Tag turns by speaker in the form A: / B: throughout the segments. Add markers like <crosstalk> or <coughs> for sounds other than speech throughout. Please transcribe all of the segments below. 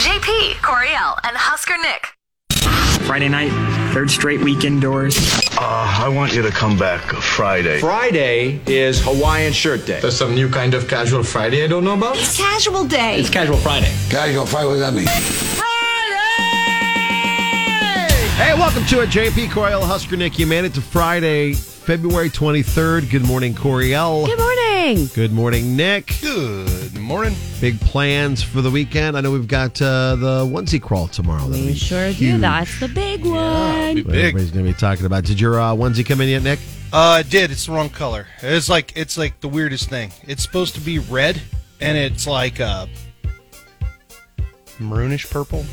A: P, Coriel, and Husker Nick.
B: Friday night, third straight week indoors.
C: Uh, I want you to come back Friday.
D: Friday is Hawaiian shirt day.
E: There's some new kind of casual Friday I don't know about.
F: It's casual day.
G: It's casual Friday.
H: Casual Friday, what does that mean?
I: Hey, welcome to it, JP Coriel Husker Nick. You made it to Friday, February 23rd. Good morning, Coriel.
F: Good morning.
I: Good morning, Nick.
E: Good morning.
I: Big plans for the weekend. I know we've got uh, the onesie crawl tomorrow. That'll
F: We
I: be
F: sure do.
I: huge.
F: That's the big one.
E: Be
I: What
E: big.
I: Everybody's going to be talking about. Did your uh, onesie come in yet, Nick?
J: Uh, it did. It's the wrong color. It's like it's like the weirdest thing. It's supposed to be red, and it's like uh, maroonish purple.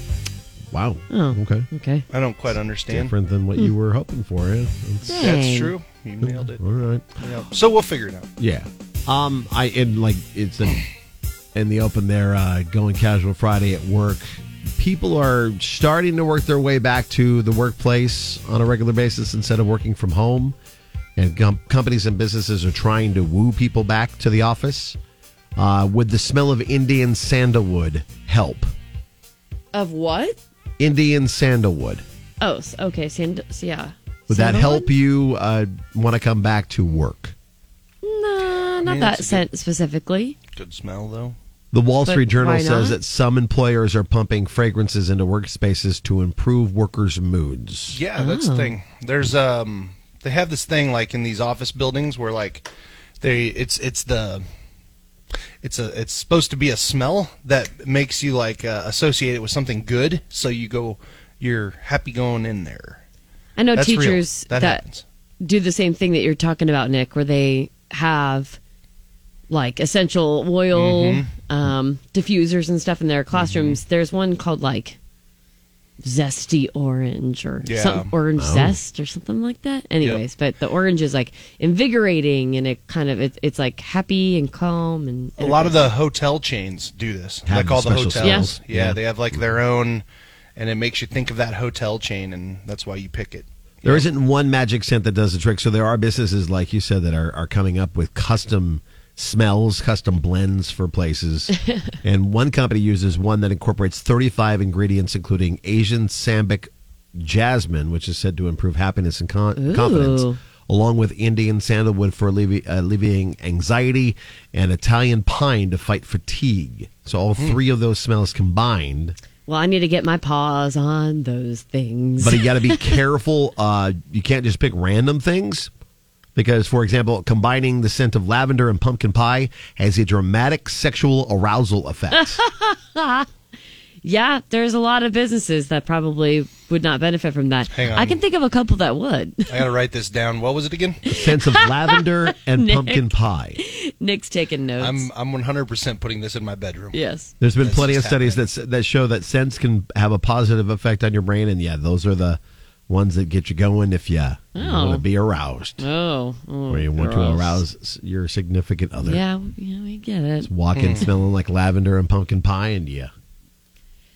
I: Wow.
F: Oh.
I: Okay.
F: Okay.
J: I don't quite understand.
I: Different than what you
F: Hmm.
I: were hoping for. Yeah. That's-
J: That's
F: Dang.
J: true. You nailed it.
I: All right.
J: Yeah. So we'll figure it out.
I: Yeah. Um, I in like it's in, in the open there, uh, going casual Friday at work. People are starting to work their way back to the workplace on a regular basis instead of working from home. And com- companies and businesses are trying to woo people back to the office. Uh, would the smell of Indian sandalwood help?
F: Of what?
I: Indian sandalwood.
F: Oh, s- okay. Sand- s- yeah.
I: Would that help you uh, want to come back to work?
F: No, not
J: Yeah,
F: that
J: it's a
F: scent specifically.
J: Good smell though.
I: The Wall
F: But
I: Street Journal
F: why
I: says
F: not?
I: that some employers are pumping fragrances into workspaces to improve workers' moods.
J: Yeah, that's the thing. There's um, they have this thing like in these office buildings where like they it's it's the it's a it's supposed to be a smell that makes you like uh, associate it with something good, so you go you're happy going in there.
F: I know
J: That's real.
F: teachers
J: That
F: that,
J: happens.
F: do the same thing that you're talking about, Nick, where they have like essential oil
J: Mm-hmm.
F: um, diffusers and stuff in their classrooms. There's one called like zesty orange or
J: Yeah.
F: some orange
I: Oh.
F: zest or something like that. Anyways, but the orange is like invigorating and it kind of it, it's like happy and calm and,
J: A lot of the hotel chains do this.
I: Have
J: like all the
I: special
J: hotels. Yeah.
I: smells. Yeah.
J: they have like their own and it makes you think of that hotel chain and that's why you pick it.
I: There isn't one magic scent that does the trick. So there are businesses, like you said, that are, are coming up with custom smells, custom blends for places. and one company uses one that incorporates 35 ingredients, including Asian sambic jasmine, which is said to improve happiness and con- confidence,
F: Ooh.
I: along with Indian sandalwood for allevi- alleviating anxiety and Italian pine to fight fatigue. So all three of those smells combined
F: well, I need to get my paws on those things.
I: but you got to be careful. Uh, you can't just pick random things because, for example, combining the scent of lavender and pumpkin pie has a dramatic sexual arousal effect.
F: yeah, there's a lot of businesses that probably would not benefit from that.
J: Hang on.
F: I can think of a couple that would. <laughs>
J: I got to write this down. What was it again?
I: Scents of lavender
F: <laughs>
I: and pumpkin pie.
F: Nick's taking notes.
J: I'm I'm 100% putting this in my bedroom.
F: yes.
I: There's been
J: This
I: plenty
J: is
I: of studies that s- that show that scents can have a positive effect on your brain, and yeah, those are the ones that get you going if you want to be aroused
F: Oh, oh
I: or you want to
F: gross.
I: arouse s- your significant other.
F: Yeah, Mm. we- yeah, we get it.
I: Walking, smelling like lavender and pumpkin pie, and yeah.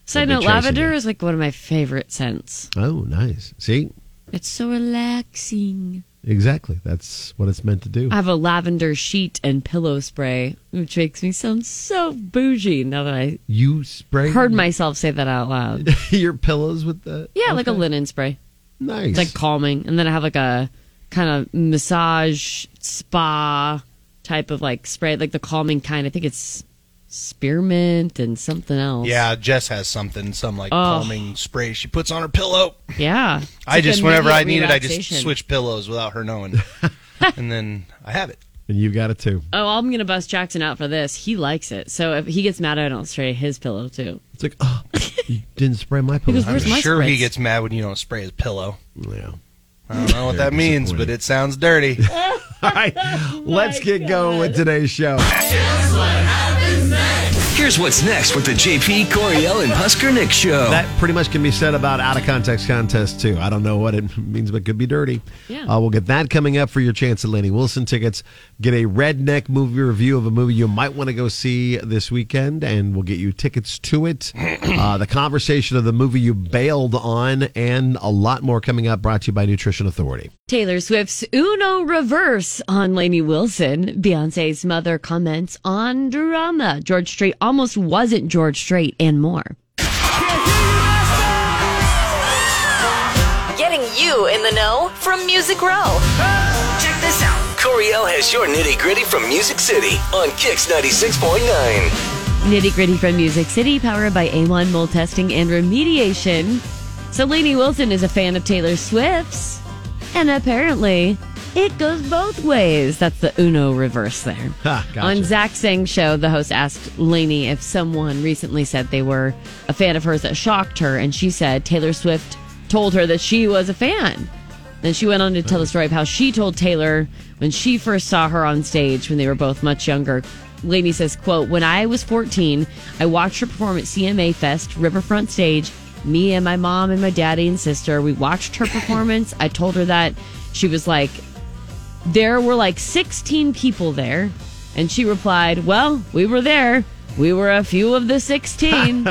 F: Side
I: We'll
F: note:
I: be chasing
F: lavender
I: you.
F: is like one of my favorite scents.
I: Oh, nice. See,
F: It's so relaxing.
I: Exactly. That's what it's meant to do.
F: I have a lavender sheet and pillow spray, which makes me sound so bougie now that I
I: you spray
F: heard myself say that out
J: <laughs>
F: loud.
I: <laughs> your pillows with the
F: Yeah, like a linen spray.
I: nice.
F: It's like calming, and then I have like a kind of massage spa type of like spray, like the calming kind. I think it's spearmint and something else.
J: Yeah, Uh, Jess has something, some like
F: Oh.
J: calming spray she puts on her pillow.
F: yeah.
J: I
F: It's like
J: just whenever I
F: immediate
J: need it, I just
F: relaxation.
J: switch pillows without her knowing,
F: <laughs>
J: and then I have it.
I: and you got it too.
F: Oh, I'm gonna bust Jackson out for this. He likes it. So if he gets mad, I don't spray his pillow too.
I: It's like oh, you didn't spray my pillows.
F: Because we're- Where's
J: I'm
F: my
J: sure he
F: spritz?
J: gets mad when you don't spray his pillow.
I: <laughs> yeah.
J: I don't know what that means, but it sounds dirty.
I: All
F: <laughs>
I: right, let's get going with today's show.
G: Here's what's next with the JP Coriel and Husker Nick show.
I: That pretty much can be said about out of context contests too. I don't know what it <laughs> means, but it could be dirty.
F: Yeah.
I: Uh, we'll get that coming up for your chance at Laney Wilson tickets. Get a redneck movie review of a movie you might want to go see this weekend, and we'll get you tickets to it. uh, the conversation of the movie you bailed on, and a lot more coming up. Brought to you by Nutrition Authority.
F: Taylor Swift's Uno reverse on Lainey Wilson. Beyonce's mother comments on drama. George Strait almost wasn't George Strait and more.
A: Getting you in the know from Music Row. Check this out.
G: Coriel has your nitty gritty from Music City on Kix 96.9.
F: Nitty gritty from Music City, powered by A1 mold testing and remediation. Selene Wilson is a fan of Taylor Swift's, and apparently it goes both ways. That's the Uno reverse there.
I: <laughs> Ha, gotcha.
F: On Zach Sing's show, the host asked Lainey if someone recently said they were a fan of hers that shocked her, and she said Taylor Swift told her that she was a fan. Then she went on to tell the story of how she told Taylor when she first saw her on stage when they were both much younger. Lainey says, quote, When I was 14, I watched her perform at CMA Fest, Riverfront Stage. Me and my mom and my daddy and sister, we watched her performance. I told her that. She was like, there were like 16 people there. And she replied, Well, we were there. We were a few of the 16.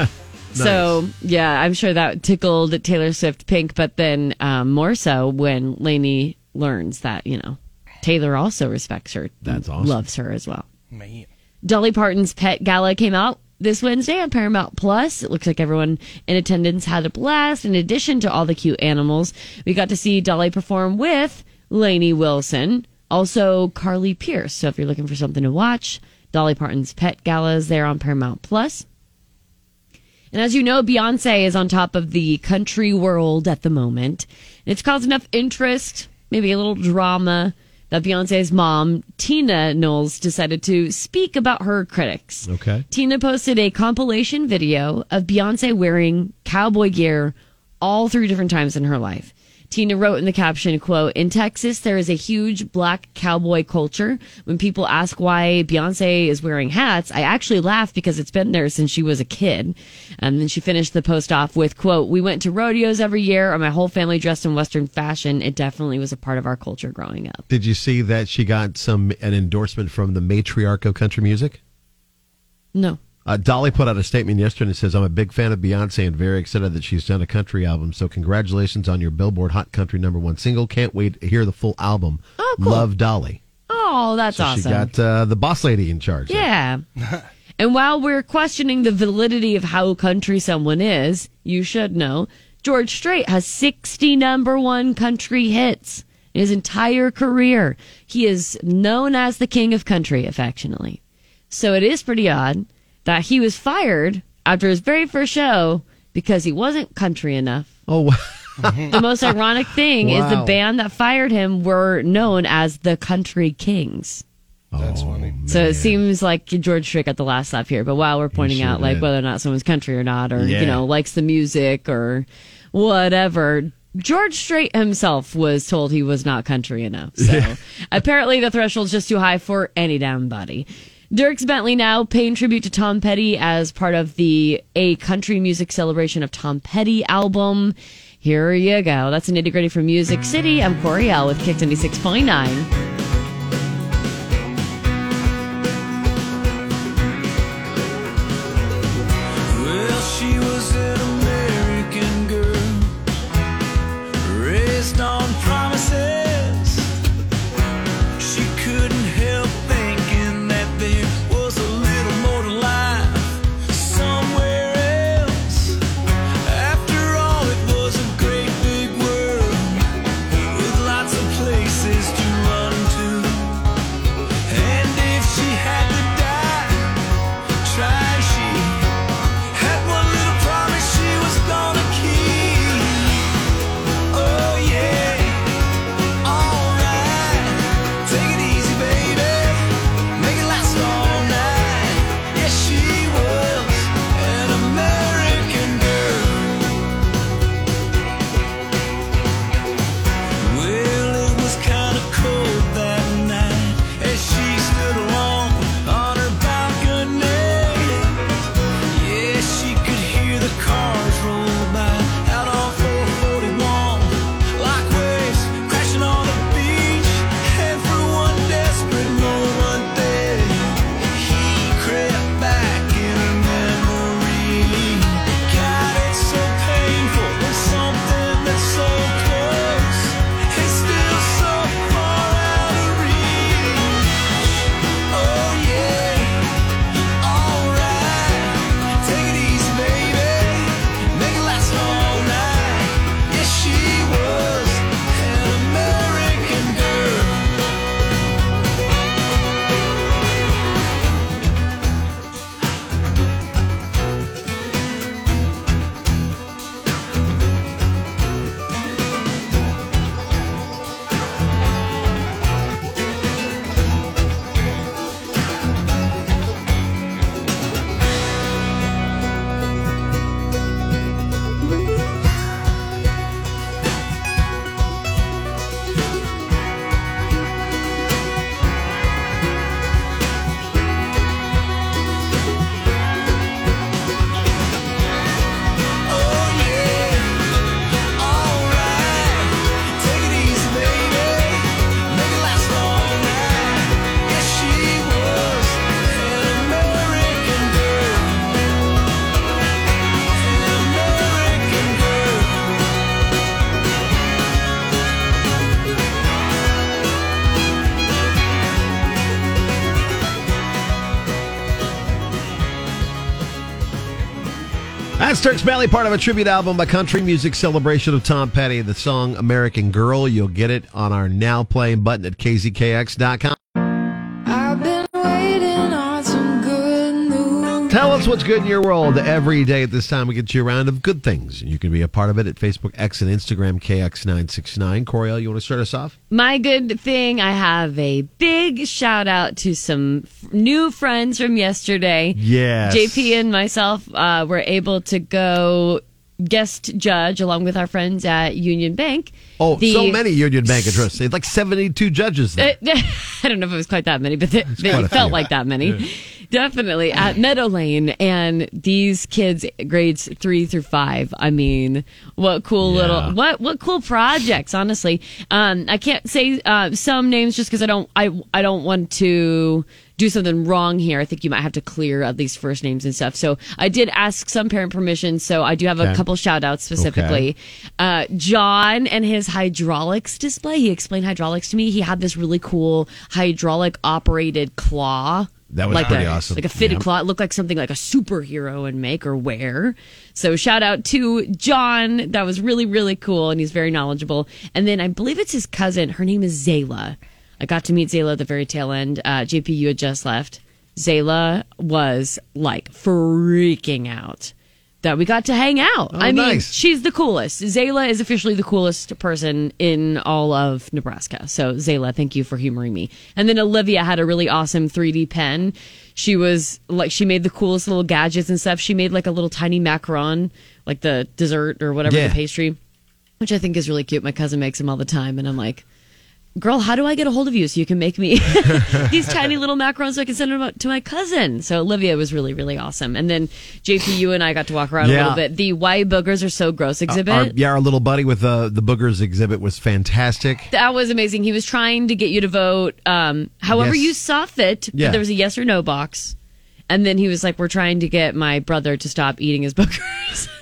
F: So, yeah, I'm sure that tickled Taylor Swift pink, but then um, more so when Lainey learns that, you know, Taylor also respects her.
I: That's awesome.
F: Loves her as well.
J: Man.
F: Dolly Parton's Pet Gala came out this Wednesday on Paramount Plus. It looks like everyone in attendance had a blast. In addition to all the cute animals, we got to see Dolly perform with Lainey Wilson, also Carly Pierce. So if you're looking for something to watch, Dolly Parton's Pet Gala is there on Paramount Plus. And as you know, Beyonce is on top of the country world at the moment. And it's caused enough interest, maybe a little drama, that Beyonce's mom, Tina Knowles, decided to speak about her critics.
I: Okay.
F: Tina posted a compilation video of Beyonce wearing cowboy gear all through different times in her life. Tina wrote in the caption, quote, In Texas, there is a huge black cowboy culture. When people ask why Beyonce is wearing hats, I actually laugh because it's been there since she was a kid. And then she finished the post off with, quote, We went to rodeos every year, or my whole family dressed in Western fashion. It definitely was a part of our culture growing up.
I: Did you see that she got some an endorsement from the matriarch of country music?
F: No.
I: Uh, Dolly put out a statement yesterday and says, "I'm a big fan of Beyonce and very excited that she's done a country album. So congratulations on your Billboard Hot Country number one single. Can't wait to hear the full album.
F: Oh, cool.
I: Love Dolly.
F: Oh, that's
I: So
F: awesome.
I: she got uh, the boss lady in charge. there.
F: Yeah. and while we're questioning the validity of how country someone is, you should know George Strait has 60 number one country hits in his entire career. He is known as the king of country, affectionately. So it is pretty odd that he was fired after his very first show because he wasn't country enough.
I: Oh, <laughs> wow.
F: The most ironic thing is the
I: Wow.
F: band that fired him were known as the Country Kings.
J: That's
I: oh,
J: funny.
F: So it seems like George Strait got the last laugh here. But while we're pointing
I: sure
F: out like
I: did.
F: whether or not someone's country or not, or
I: Yeah.
F: you know likes the music or whatever, George Strait himself was told he was not country enough. So <laughs> apparently the threshold's just too high for any damn body. Dirks Bentley now paying tribute to Tom Petty as part of the A Country Music Celebration of Tom Petty album. Here you go. That's an nitty gritty from Music City. I'm Corey L with Kick 96.9.
G: Well, she was an American girl, raised on promises. She couldn't help thinking that there was a little more to life somewhere else. After all, it was a great big world with lots of places to run
J: Oh, Oh,
I: That's Turks Valley, part of a tribute album by country music celebration of Tom Petty. The song American Girl. You'll get it on our now playing button at kzkx.com.
H: I've been waiting on some good news.
I: Tell us what's good in your world every day at this time. We get you a round of good things, and you can be a part of it at Facebook, X, and Instagram, KX969. Coriel, you want to start us off?
F: My good thing, I have a big shout out to some f- new friends from yesterday.
I: Yes.
F: JP and myself uh, were able to go guest judge along with our friends at Union Bank.
I: Oh,
F: The-
I: so many Union Bank addresses. They had like 72 judges there.
F: Uh, <laughs> I don't know if it was quite that many, but they, they
I: quite a
F: felt
I: few.
F: like that many. Definitely at Meadow Lane, and these kids, grades three through five. I mean, what cool
I: Yeah.
F: little what what cool projects. Honestly, um, I can't say uh, some names just because I don't I I don't want to do something wrong here. I think you might have to clear at least first names and stuff. So I did ask some parent permission. So I do have
I: Okay.
F: a couple shout outs specifically. Uh, John and his hydraulics display. He explained hydraulics to me. He had this really cool hydraulic operated claw.
I: That was
F: like
I: pretty
F: a,
I: awesome.
F: Like a fitted
I: Yeah.
F: claw. It looked like something like a superhero would make or wear. So shout out to John. That was really, really cool. And he's very knowledgeable. And then I believe it's his cousin. Her name is Zayla. I got to meet Zayla at the very tail end. Uh, JP, you had just left. Zayla was like freaking out that we got to hang out. I mean,
I: Oh, nice.
F: she's the coolest. Zayla is officially the coolest person in all of Nebraska. So, Zayla, thank you for humoring me. And then Olivia had a really awesome 3D pen. She was like, she made the coolest little gadgets and stuff. She made like a little tiny macaron, like the dessert or whatever,
I: Yeah.
F: the pastry, which I think is really cute. My cousin makes them all the time. And I'm like, girl, how do I get a hold of you so you can make me <laughs> these tiny little macarons so I can send them out to my cousin? So Olivia was really, really awesome. And then JP, you and I got to walk around
I: Yeah.
F: a little bit. The Why Boogers Are So Gross exhibit.
I: Our, yeah, our little buddy with uh, the Boogers exhibit was fantastic.
F: that was amazing. He was trying to get you to vote um, however
I: Yes.
F: you saw fit. but
I: Yeah.
F: there was a yes or no box. And then he was like, we're trying to get my brother to stop eating his boogers. <laughs>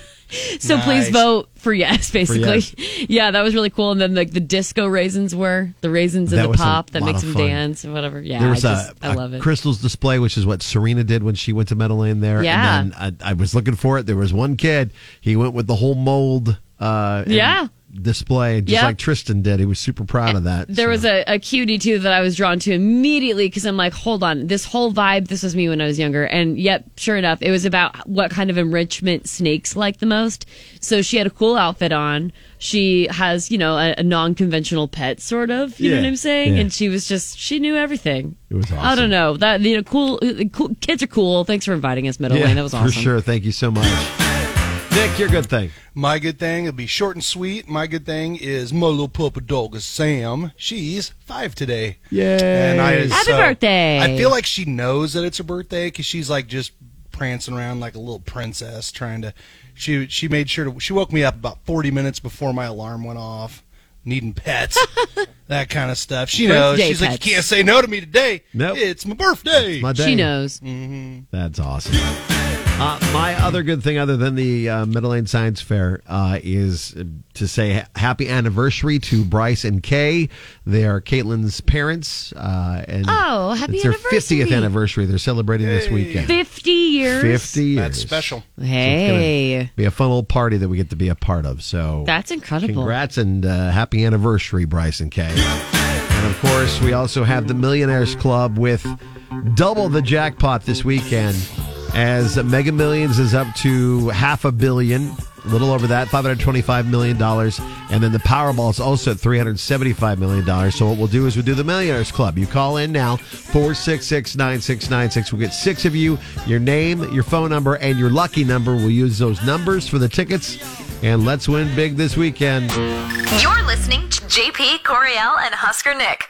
F: so please
J: Nice.
F: vote for yes, basically.
I: yes.
F: <laughs> Yeah, that was really cool. And then like the disco raisins were, the raisins
I: That
F: and the
I: was a
F: pop that
I: lot
F: makes
I: of
F: them
I: fun.
F: dance and whatever. Yeah,
I: There was
F: I, just,
I: a,
F: I
I: a
F: love it.
I: crystals display, which is what Serena did when she went to Meadow Lane there.
F: Yeah.
I: And then I, I was looking for it. There was one kid. He went with the whole mold. Uh, and
F: Yeah.
I: Display, just
F: Yeah.
I: like Tristan did. He was super proud of that.
F: There
I: so.
F: was a, a cutie too that I was drawn to immediately because I'm like, hold on, this whole vibe, this was me when I was younger. And yep, sure enough, it was about what kind of enrichment snakes like the most. So she had a cool outfit on. She has, you know, a, a non conventional pet, sort of. You know
I: Yeah.
F: what I'm saying?
I: Yeah.
F: And she was just, she knew everything.
I: It was
F: I
I: awesome.
F: don't know. That, you know, cool, cool kids are cool. Thanks for inviting us, Middle
I: Yeah,
F: Lane. That was awesome.
I: For sure. Thank you so much. Nick, your good thing.
J: My good thing, it'll be short and sweet. My good thing is my little puppy dog, Sam. She's five today.
I: Yay.
J: And I,
F: Happy birthday.
J: I feel like she knows that it's her birthday because she's like just prancing around like a little princess trying to. She she made sure to. She woke me up about 40 minutes before my alarm went off, needing pets,
F: <laughs>
J: that kind of stuff. She knows.
F: Birthday
J: she's like,
F: pets.
J: you can't say no to me today.
I: Nope.
J: It's my birthday.
I: My
F: She
I: day.
F: knows.
J: Mm.
I: That's awesome. Uh, my other good thing, other than the uh, Middle Lane Science Fair, uh, is to say ha- happy anniversary to Bryce and Kay. They are Caitlin's parents, uh, and
F: Oh, happy
I: it's their
F: anniversary.
I: fiftieth anniversary. They're celebrating this weekend.
F: 50 years.
I: Fifty years.
J: That's special.
F: Hey.
I: Be a fun little party that we get to be a part of. So
F: That's incredible.
I: Congrats and uh, happy anniversary, Bryson K. And of course, we also have the Millionaires Club with double the jackpot this weekend as Mega Millions is up to half a billion, a little over that, $525 million. And then the Powerball is also at $375 million. So what we'll do is we'll do the Millionaires Club. You call in now, 466 9696. We'll get six of you, your name, your phone number, and your lucky number. We'll use those numbers for the tickets. And let's win big this weekend.
A: You're listening to JP, Coriel, and Husker Nick.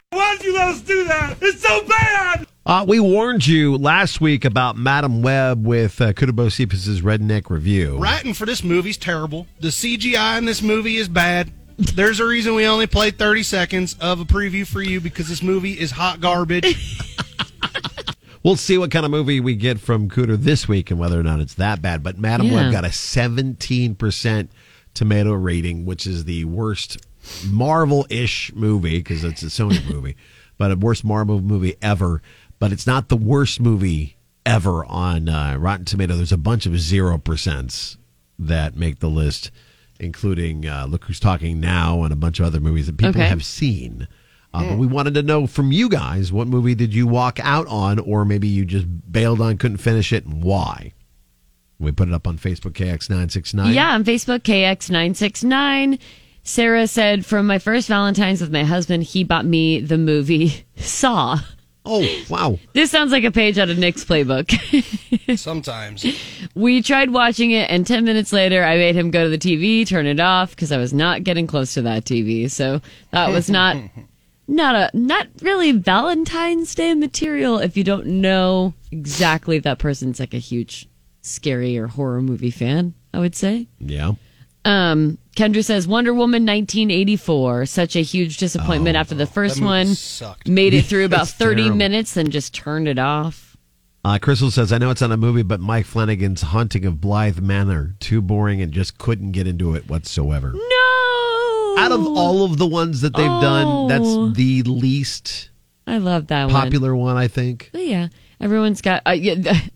I: Uh, we warned you last week about Madam Web with uh, Kutubo Cephas' Redneck Review.
J: Writing for this movie's terrible. The CGI in this movie is bad. There's a reason we only played 30 seconds of a preview for you because this movie is hot garbage.
I: We'll see what kind of movie we get from Cooter this week and whether or not it's that bad. But Madam
F: Yeah.
I: Web got a 17% tomato rating, which is the worst Marvel ish movie because it's a Sony movie, <laughs> but a worst Marvel movie ever. But it's not the worst movie ever on uh, Rotten Tomato. There's a bunch of 0%. that make the list, including uh, Look Who's Talking Now and a bunch of other movies that people
F: Okay.
I: have seen. Uh, But we wanted to know from you guys what movie did you walk out on, or maybe you just bailed on, couldn't finish it, and why? We put it up on Facebook KX969.
F: Yeah, on Facebook, KX969. Sarah said, From my first Valentine's with my husband, he bought me the movie <laughs> Saw.
I: Oh, wow.
F: This sounds like a page out of Nick's playbook. <laughs>
J: Sometimes.
F: we tried watching it, and 10 minutes later, I made him go to the TV, turn it off, because I was not getting close to that TV. So that was not. Not a not really Valentine's Day material if you don't know exactly if that person's like a huge scary or horror movie fan, I would say.
I: Yeah.
F: Um, Kendra says Wonder Woman 1984, such a huge disappointment
I: Oh,
F: after the first
J: movie
F: one.
J: sucked.
I: <laughs>
F: Made it through about
I: It's
F: 30
I: terrible.
F: minutes and just turned it off.
I: Uh, Crystal says, I know it's not a movie, but Mike Flanagan's Haunting of Blythe Manor, too boring and just couldn't get into it whatsoever.
F: No.
I: Out of all of the ones that they've done,
F: Oh.
I: that's the least
F: I love that one.
I: popular one, I think.
F: But yeah, everyone's got uh, yeah, <laughs> the,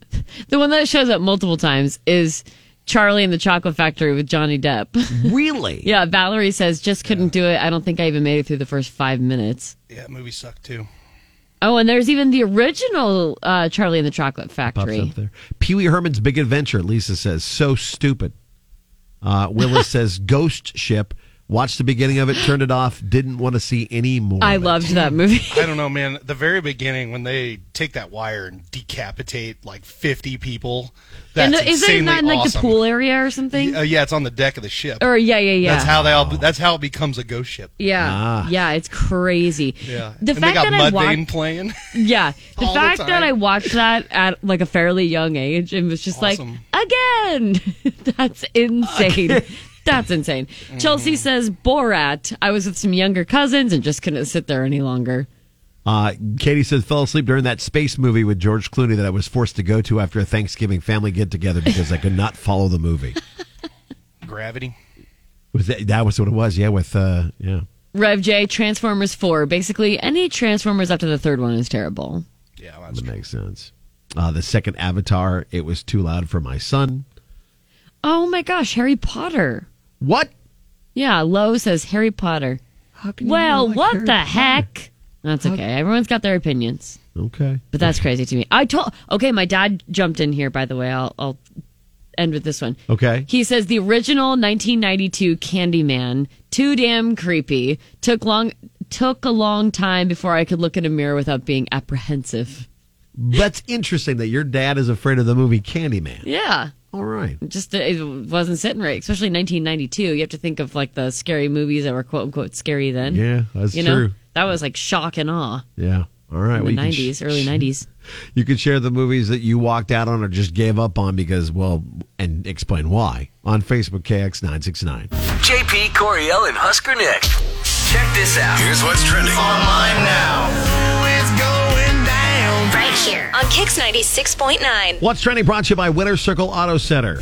F: the one that shows up multiple times is Charlie and the Chocolate Factory with Johnny Depp. <laughs>
I: Really?
F: yeah, Valerie says just couldn't do it. I don't think I even made it through the first 5 minutes.
J: Yeah, movie sucked too.
F: Oh, and there's even the original uh, Charlie and the Chocolate
I: Pops
F: Factory.
I: up there. Pee Wee Herman's Big Adventure, Lisa says, so stupid. Uh,
F: <laughs>
I: Willis says, Ghost Ship. Watched the beginning of it, turned it off, didn't want to see any more.
F: I
I: of it.
F: loved that movie.
J: I don't know, man. The very beginning when they take that wire and decapitate like 50 people. That's
F: And the- is it
J: insanely
F: not in like
J: awesome.
F: the pool area or something?
J: Uh, yeah, it's on the deck of the ship.
F: or yeah, yeah, yeah.
J: That's how they all. That's how it becomes a ghost ship.
F: yeah,
I: Ah.
F: yeah, it's crazy.
J: Yeah.
F: The
J: and
F: fact
J: they got
F: that I
J: Mudvayne
F: watched,
J: playing. <laughs>
F: yeah, the
J: all the
F: fact that
J: time.
F: I watched that at like a fairly young age and was just
J: Awesome.
F: like, again, <laughs> that's insane. <laughs> That's insane.
J: Mm-hmm.
F: Chelsea says Borat. I was with some younger cousins and just couldn't sit there any longer.
I: Uh, Katie says, fell asleep during that space movie with George Clooney that I was forced to go to after a Thanksgiving family get together because I could not follow
J: <laughs>
I: the movie.
J: Gravity.
I: Was that, that was what it was? Yeah, with uh, yeah.
F: Rev J Transformers Four. Basically, any Transformers after the third one is terrible.
J: Yeah,
I: That
J: that's
I: makes sense. Uh, the second Avatar, it was too loud for my son.
F: Oh my gosh, Harry Potter.
I: What?
F: Yeah, Lowe says Harry Potter. well, what the heck? That's okay. Everyone's got their opinions,
I: Okay.
F: but that's crazy to me. I told. Okay, my dad jumped in here. By the way, I'll, I'll end with this one.
I: Okay.
F: He says the original 1992 Candyman too damn creepy. Took long took a long time before I could look in a mirror without being apprehensive.
I: That's interesting that your dad is afraid of the movie Candyman.
F: Yeah.
I: All right.
F: just it wasn't sitting right, especially 1992. You have to think of like the scary movies that were quote unquote scary then.
I: Yeah, that's
F: you know
I: true.
F: that was like shock and awe
I: Yeah. All right.
F: in
I: well,
F: the
I: you can
F: 90s,
I: sh-
F: early 90s.
I: You could share the movies that you walked out on or just gave up on because, well, and explain why on Facebook KX969.
G: JP Coriel and Husker Nick. Check this out. Here's what's trending online now. It's going down.
A: Right here on Kix 96.9.
I: What's trending brought to you by Winter Circle Auto Center.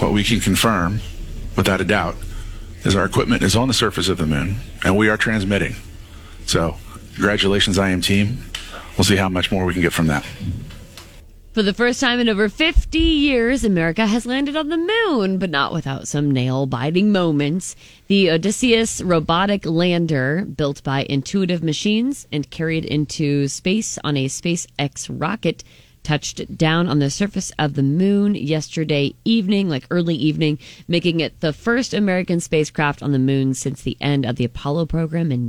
K: What we can confirm, without a doubt, is our equipment is on the surface of the moon and we are transmitting. So, congratulations, IM team. We'll see how much more we can get from that.
F: For the first time in over 50 years, America has landed on the moon, but not without some nail biting moments. The Odysseus robotic lander, built by Intuitive Machines and carried into space on a SpaceX rocket, touched down on the surface of the moon yesterday evening, like early evening, making it the first American spacecraft on the moon since the end of the Apollo program in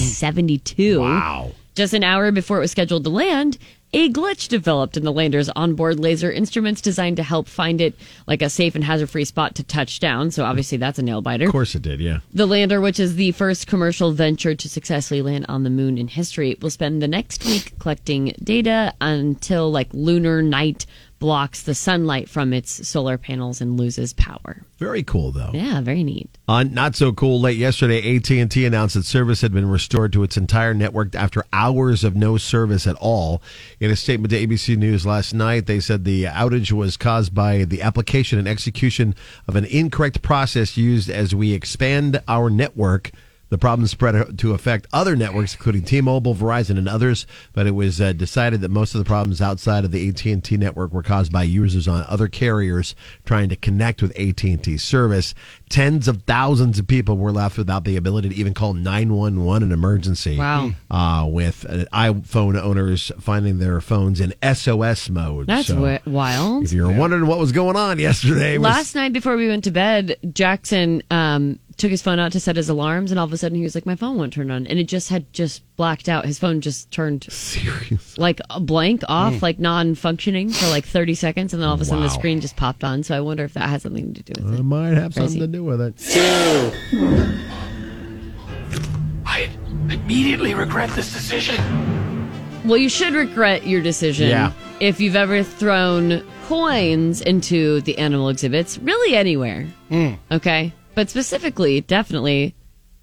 F: 1972.
I: Wow.
F: Just an hour before it was scheduled to land, a glitch developed in the lander's onboard laser instruments designed to help find it like a safe and hazard free spot to touch down. So obviously that's a nail biter.
I: Of course it did, yeah.
F: The lander, which is the first commercial venture to successfully land on the moon in history, will spend the next week collecting data until like lunar night blocks the sunlight from its solar panels and loses power.
I: Very cool though.
F: Yeah, very neat.
I: Uh, not so cool. Late yesterday, AT and T announced that service had been restored to its entire network after hours of no service at all. In a statement to ABC News last night, they said the outage was caused by the application and execution of an incorrect process used as we expand our network The problem spread to affect other networks, including T-Mobile, Verizon, and others. But it was uh, decided that most of the problems outside of the AT&T network were caused by users on other carriers trying to connect with AT&T service. Tens of thousands of people were left without the ability to even call 911 an emergency.
F: Wow.
I: Uh, with uh, iPhone owners finding their phones in SOS mode.
F: That's
I: So
F: wi- wild.
I: If you're wondering what was going on yesterday, it was-
F: Last night before we went to bed, Jackson um, took his phone out to set his alarms, and all of a sudden he was like, "My phone won't turn on," and it just had just blacked out. His phone just turned like a blank off,
I: Mm.
F: like non-functioning for like thirty seconds, and then all of a sudden the
I: Wow. Um,
F: screen just popped on. So I wonder if that has something to do with it.
I: I <laughs> might have
F: Crazy.
I: something to do with it.
G: I immediately regret this decision.
F: Well, you should regret your decision
G: Yeah.
F: if you've ever thrown coins into the animal exhibits, really anywhere.
I: Hmm.
F: Okay. But specifically, definitely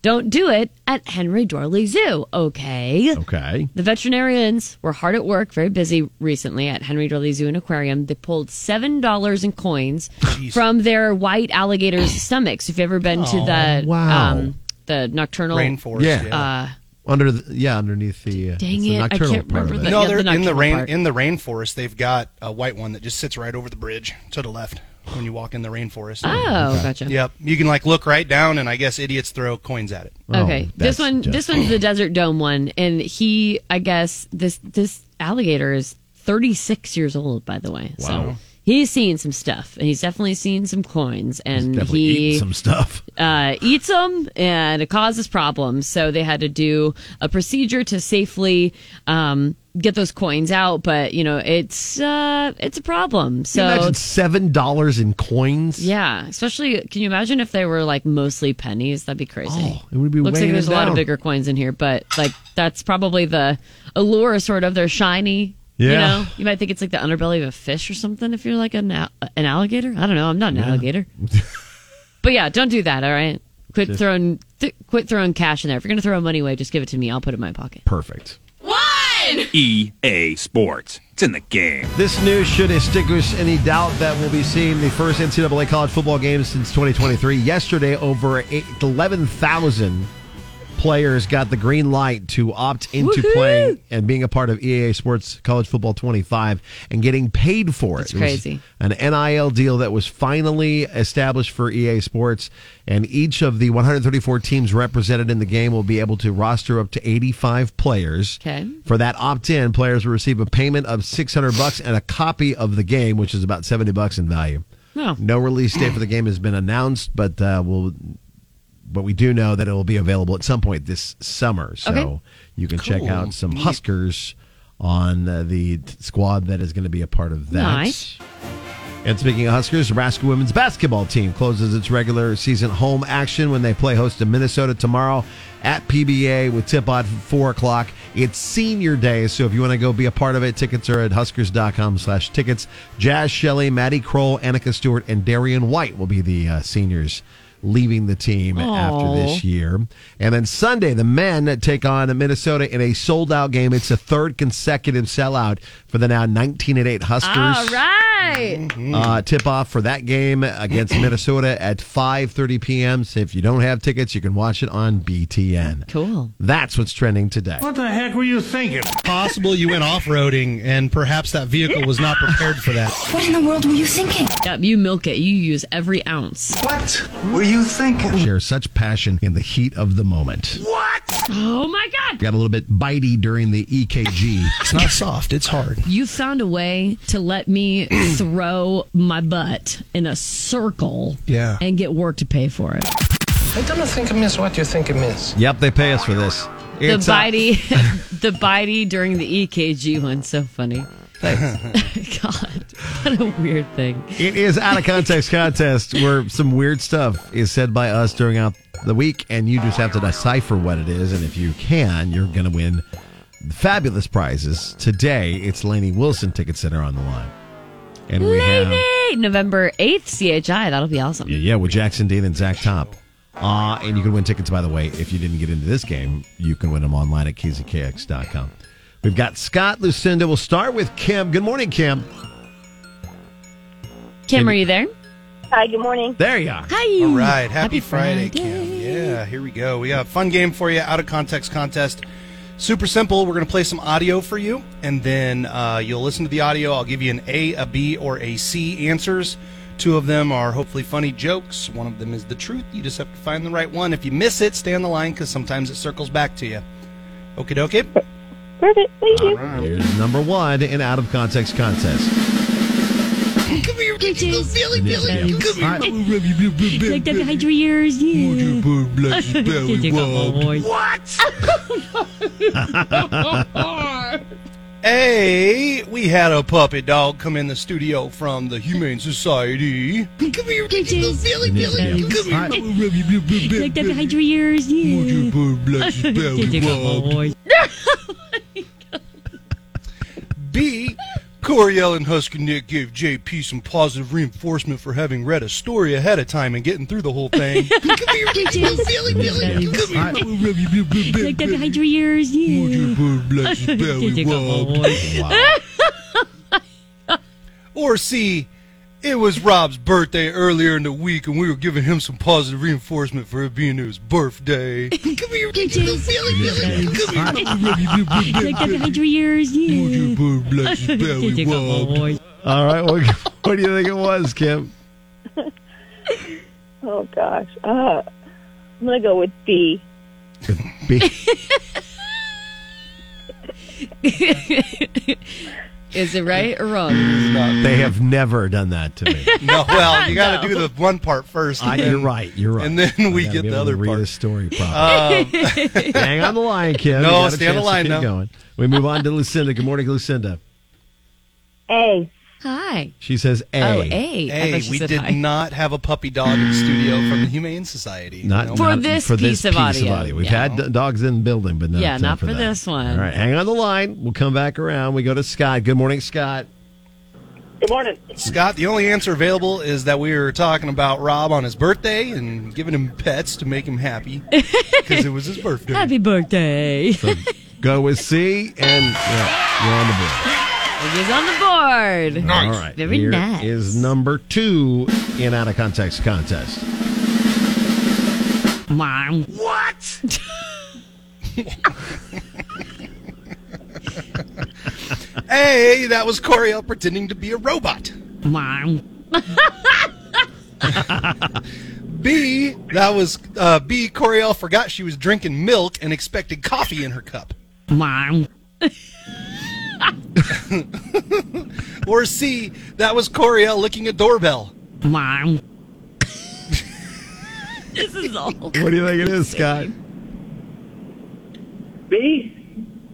F: don't do it at Henry Dorley Zoo. Okay.
I: Okay.
F: The veterinarians were hard at work, very busy recently at Henry Dorley Zoo and Aquarium. They pulled $7 in coins from their white alligator's stomachs. If you've ever been to
I: Oh,
F: the,
I: wow.
F: um, the nocturnal
J: Rainforest,
I: Yeah.
F: Uh,
I: Under the, yeah, underneath the uh,
F: Dang
I: it's the
F: it, I
I: nocturnal
F: can't
I: part
F: remember
I: of it.
F: the-
J: no,
F: yeah,
J: they're in the
F: nocturnal
J: rain
F: part.
J: in the rainforest. They've got a white one that just sits right over the bridge to the left when you walk in the rainforest.
F: Oh, Okay. gotcha.
J: Yep, you can like look right down, and I guess idiots throw coins at it.
I: Oh,
F: Okay, this one, this one's the Desert Dome one, and he, I guess this this alligator is 36 years old, by the way. So
I: Wow.
F: he's seen some stuff, and he's definitely seen some coins, and
I: definitely
F: he
I: eaten some
F: <laughs>
I: stuff.
F: uh, eats them, and it causes problems. So they had to do a procedure to safely um, get those coins out, but you know it's uh, it's a problem.
I: Can you
F: So
I: imagine seven dollars in coins.
F: yeah, especially can you imagine if they were like mostly pennies? That'd be crazy.
I: Oh, it would be
F: Looks like
I: weighing
F: there's
I: it
F: a lot of
I: down.
F: bigger coins in here, but like that's probably the allure, sort of. They're shiny. You
I: Yeah.
F: know, you might think it's like the underbelly of a fish or something if you're like an al- an alligator. I don't know. I'm not an
I: Yeah. <laughs>
F: alligator. but yeah, don't do that. All right. Quit
I: Just-
F: throwing th- quit throwing cash in there. If you're gonna throw money away, just give it to me. I'll put it in my pocket.
I: Perfect.
L: EA E Sports. It's in the game.
I: This news should extinguish any doubt that we'll be seeing the first NCAA college football game since 2023. Yesterday, over eight- 11,000 players got the green light to opt into
M: Woohoo!
I: playing and being a part of EAA Sports College Football 25 and getting paid for it.
F: That's
I: It was
F: crazy.
I: An NIL deal that was finally established for EA Sports, and each of the 134 teams represented in the game will be able to roster up to 85 players.
F: Okay.
I: For that opt-in, players will receive a payment of 600 bucks and a copy of the game, which is about 70 bucks in value.
F: No.
I: No release date for the game has been announced, but uh, we'll. But we do know that it will be available at some point this summer, so
F: Okay.
I: you can check
F: Cool.
I: out some
F: Neat.
I: Huskers on uh, the t- squad that is going to be a part of that.
F: Nice.
I: And speaking of Huskers, Nebraska women's basketball team closes its regular season home action when they play host to Minnesota tomorrow at PBA with tip off at four o'clock. It's senior day, so if you want to go be a part of it, tickets are at huskers.com slash tickets. Jazz Shelley, Maddie Kroll, Annika Stewart, and Darian White will be the uh, seniors leaving the team after
M: Aw.
I: this year year. And then Sunday, the men take on Minnesota in a sold out game. It's a third consecutive sellout for the now 19 and 8 Huskers.
F: All right.
J: Mm.
I: Uh, tip off for that
J: <coughs>
I: game against Minnesota at 5:30 p.m. So if you don't have tickets, you can watch it on BTN.
F: Cool.
I: That's what's trending today.
J: What the heck were you thinking? Possible you went off roading, and perhaps that vehicle was not prepared for that.
I: <laughs>
F: What in the world were you thinking? Yep, you milk it. You use every ounce.
I: What were you thinking? Share such passion in the heat of the moment.
F: What? Oh my god.
I: Got a little bit bitey during the
J: <laughs>
I: E EKG. it's not soft. It's hard.
F: You found a way to
I: <clears throat>
F: let me throw my butt in a circle
I: Yeah.
F: and get work to pay for it.
N: I don't think I miss what you think I miss.
I: Yep, they pay us for this. It's,
F: the
I: uh,
F: bitey <laughs> the bitey during the EKG one's so funny.
I: <laughs>
F: <laughs> God. What a weird thing.
I: It is out of context contest where some weird stuff is said by us during out the week, and you just have to decipher what it is. And if you can, you're going to win fabulous prizes today. It's Laney Wilson Ticket Center on the line, and we have
F: Lady November eighth, CHI, that'll be awesome.
I: yeah, yeah, with Jackson Dean and Zach Top. Uh, and you can win tickets, by the way. If you didn't get into this game, you can win them online at kzkx.com. We've got Scott Lucinda. We'll start with Kim. Good morning, Kim.
F: Kim, are you there?
M: Hi, good morning.
I: There you are.
F: Hi.
J: All right. Hmm. Happy, Friday, Cam. Yeah, here we go. We got a fun game for you, out of context contest. Super simple. We're going to play some audio for you, and then uh, you'll listen to the audio. I'll give you an A, a B, or a C answers. Two of them are hopefully funny jokes. One of them is the truth. You just have to find the right one. If you miss it, stay on the line because sometimes it circles back to you. Okie dokie.
M: Perfect. Thank you.
I: Here's number one in out of context contest.
M: Come here, bitches. Billy, Billy,
I: Yeah.
M: come
I: All
M: here.
F: Like that behind your ears. Yeah. <laughs>
J: <laughs> Hey, we had a puppy dog come in the studio from the Humane Society.
M: Come here, bitches. Billy, Billy,
J: Yeah.
M: come
J: All
M: here.
F: Like that behind your ears. Yeah. <laughs>
J: B. Coriel and Husker Nick gave JP some positive reinforcement for having read a story ahead of time and getting through the whole thing.
M: Come here, bitches. Billy, Billy, come here.
F: Like that behind your ears. <laughs> Yeah.
J: Or C, it was Rob's birthday earlier in the week, and we were giving him some positive reinforcement for it being his
F: <laughs>
J: birthday.
M: Come here, bitches. Billy, Billy, come here.
F: Like that behind your ears. Yeah. <laughs>
I: All right. What, what do you think it was, Kim?
M: Oh, gosh. Uh, I'm going to go with B.
I: B.
F: Is it right or wrong?
I: They have never done that to me.
J: No, well, you got to do the one part first. and
I: I,
J: then-
I: you're right. You're right.
J: And then we
I: I gotta
J: get
I: be
J: the
I: able to
J: other
I: read
J: part.
I: a story properly.
J: Um,
I: <laughs> Hang on the line, Kim.
J: No,
I: You got a
J: stay on the
I: chance to
J: line
I: keep
J: now.
I: Going. We move on to Lucinda. Good morning, Lucinda.
M: A.
F: Hi.
I: She says A.
F: Oh, A. I
J: Hey,
F: thought she
J: we
F: said
J: did
F: hi.
J: not have a puppy dog in the studio from the Humane Society.
I: Not,
J: No.
F: For this piece of audio.
I: We've
F: Yeah.
I: had d- dogs in the building, but not
F: Yeah,
I: uh,
F: not
I: for
F: for
I: that.
F: this one.
I: All right, hang on the line. We'll come back around. We go to Scott. Good morning,
F: <laughs>
I: Scott.
O: Good morning.
J: Scott, the only answer available is that we were talking about Rob on his birthday and giving him pets to make him happy because it was his
F: <laughs>
J: birthday.
I: <laughs>
F: Happy birthday.
I: So go with C, and yeah, you're on the board.
F: It is on the board.
I: All right,
F: Very
I: here
F: nice.
I: Is number two in out of context contest.
F: Mom.
G: What?
J: Hey, that was Coriel pretending to be a robot.
F: Mom.
J: B, that was uh, B. Coriel forgot she was drinking milk and expected coffee in her cup.
F: Mom.
J: Or C, that was Coriel licking a doorbell.
F: Mom. <laughs> this
I: <laughs>
F: is all. What
I: do you think it is, Scott?
O: B.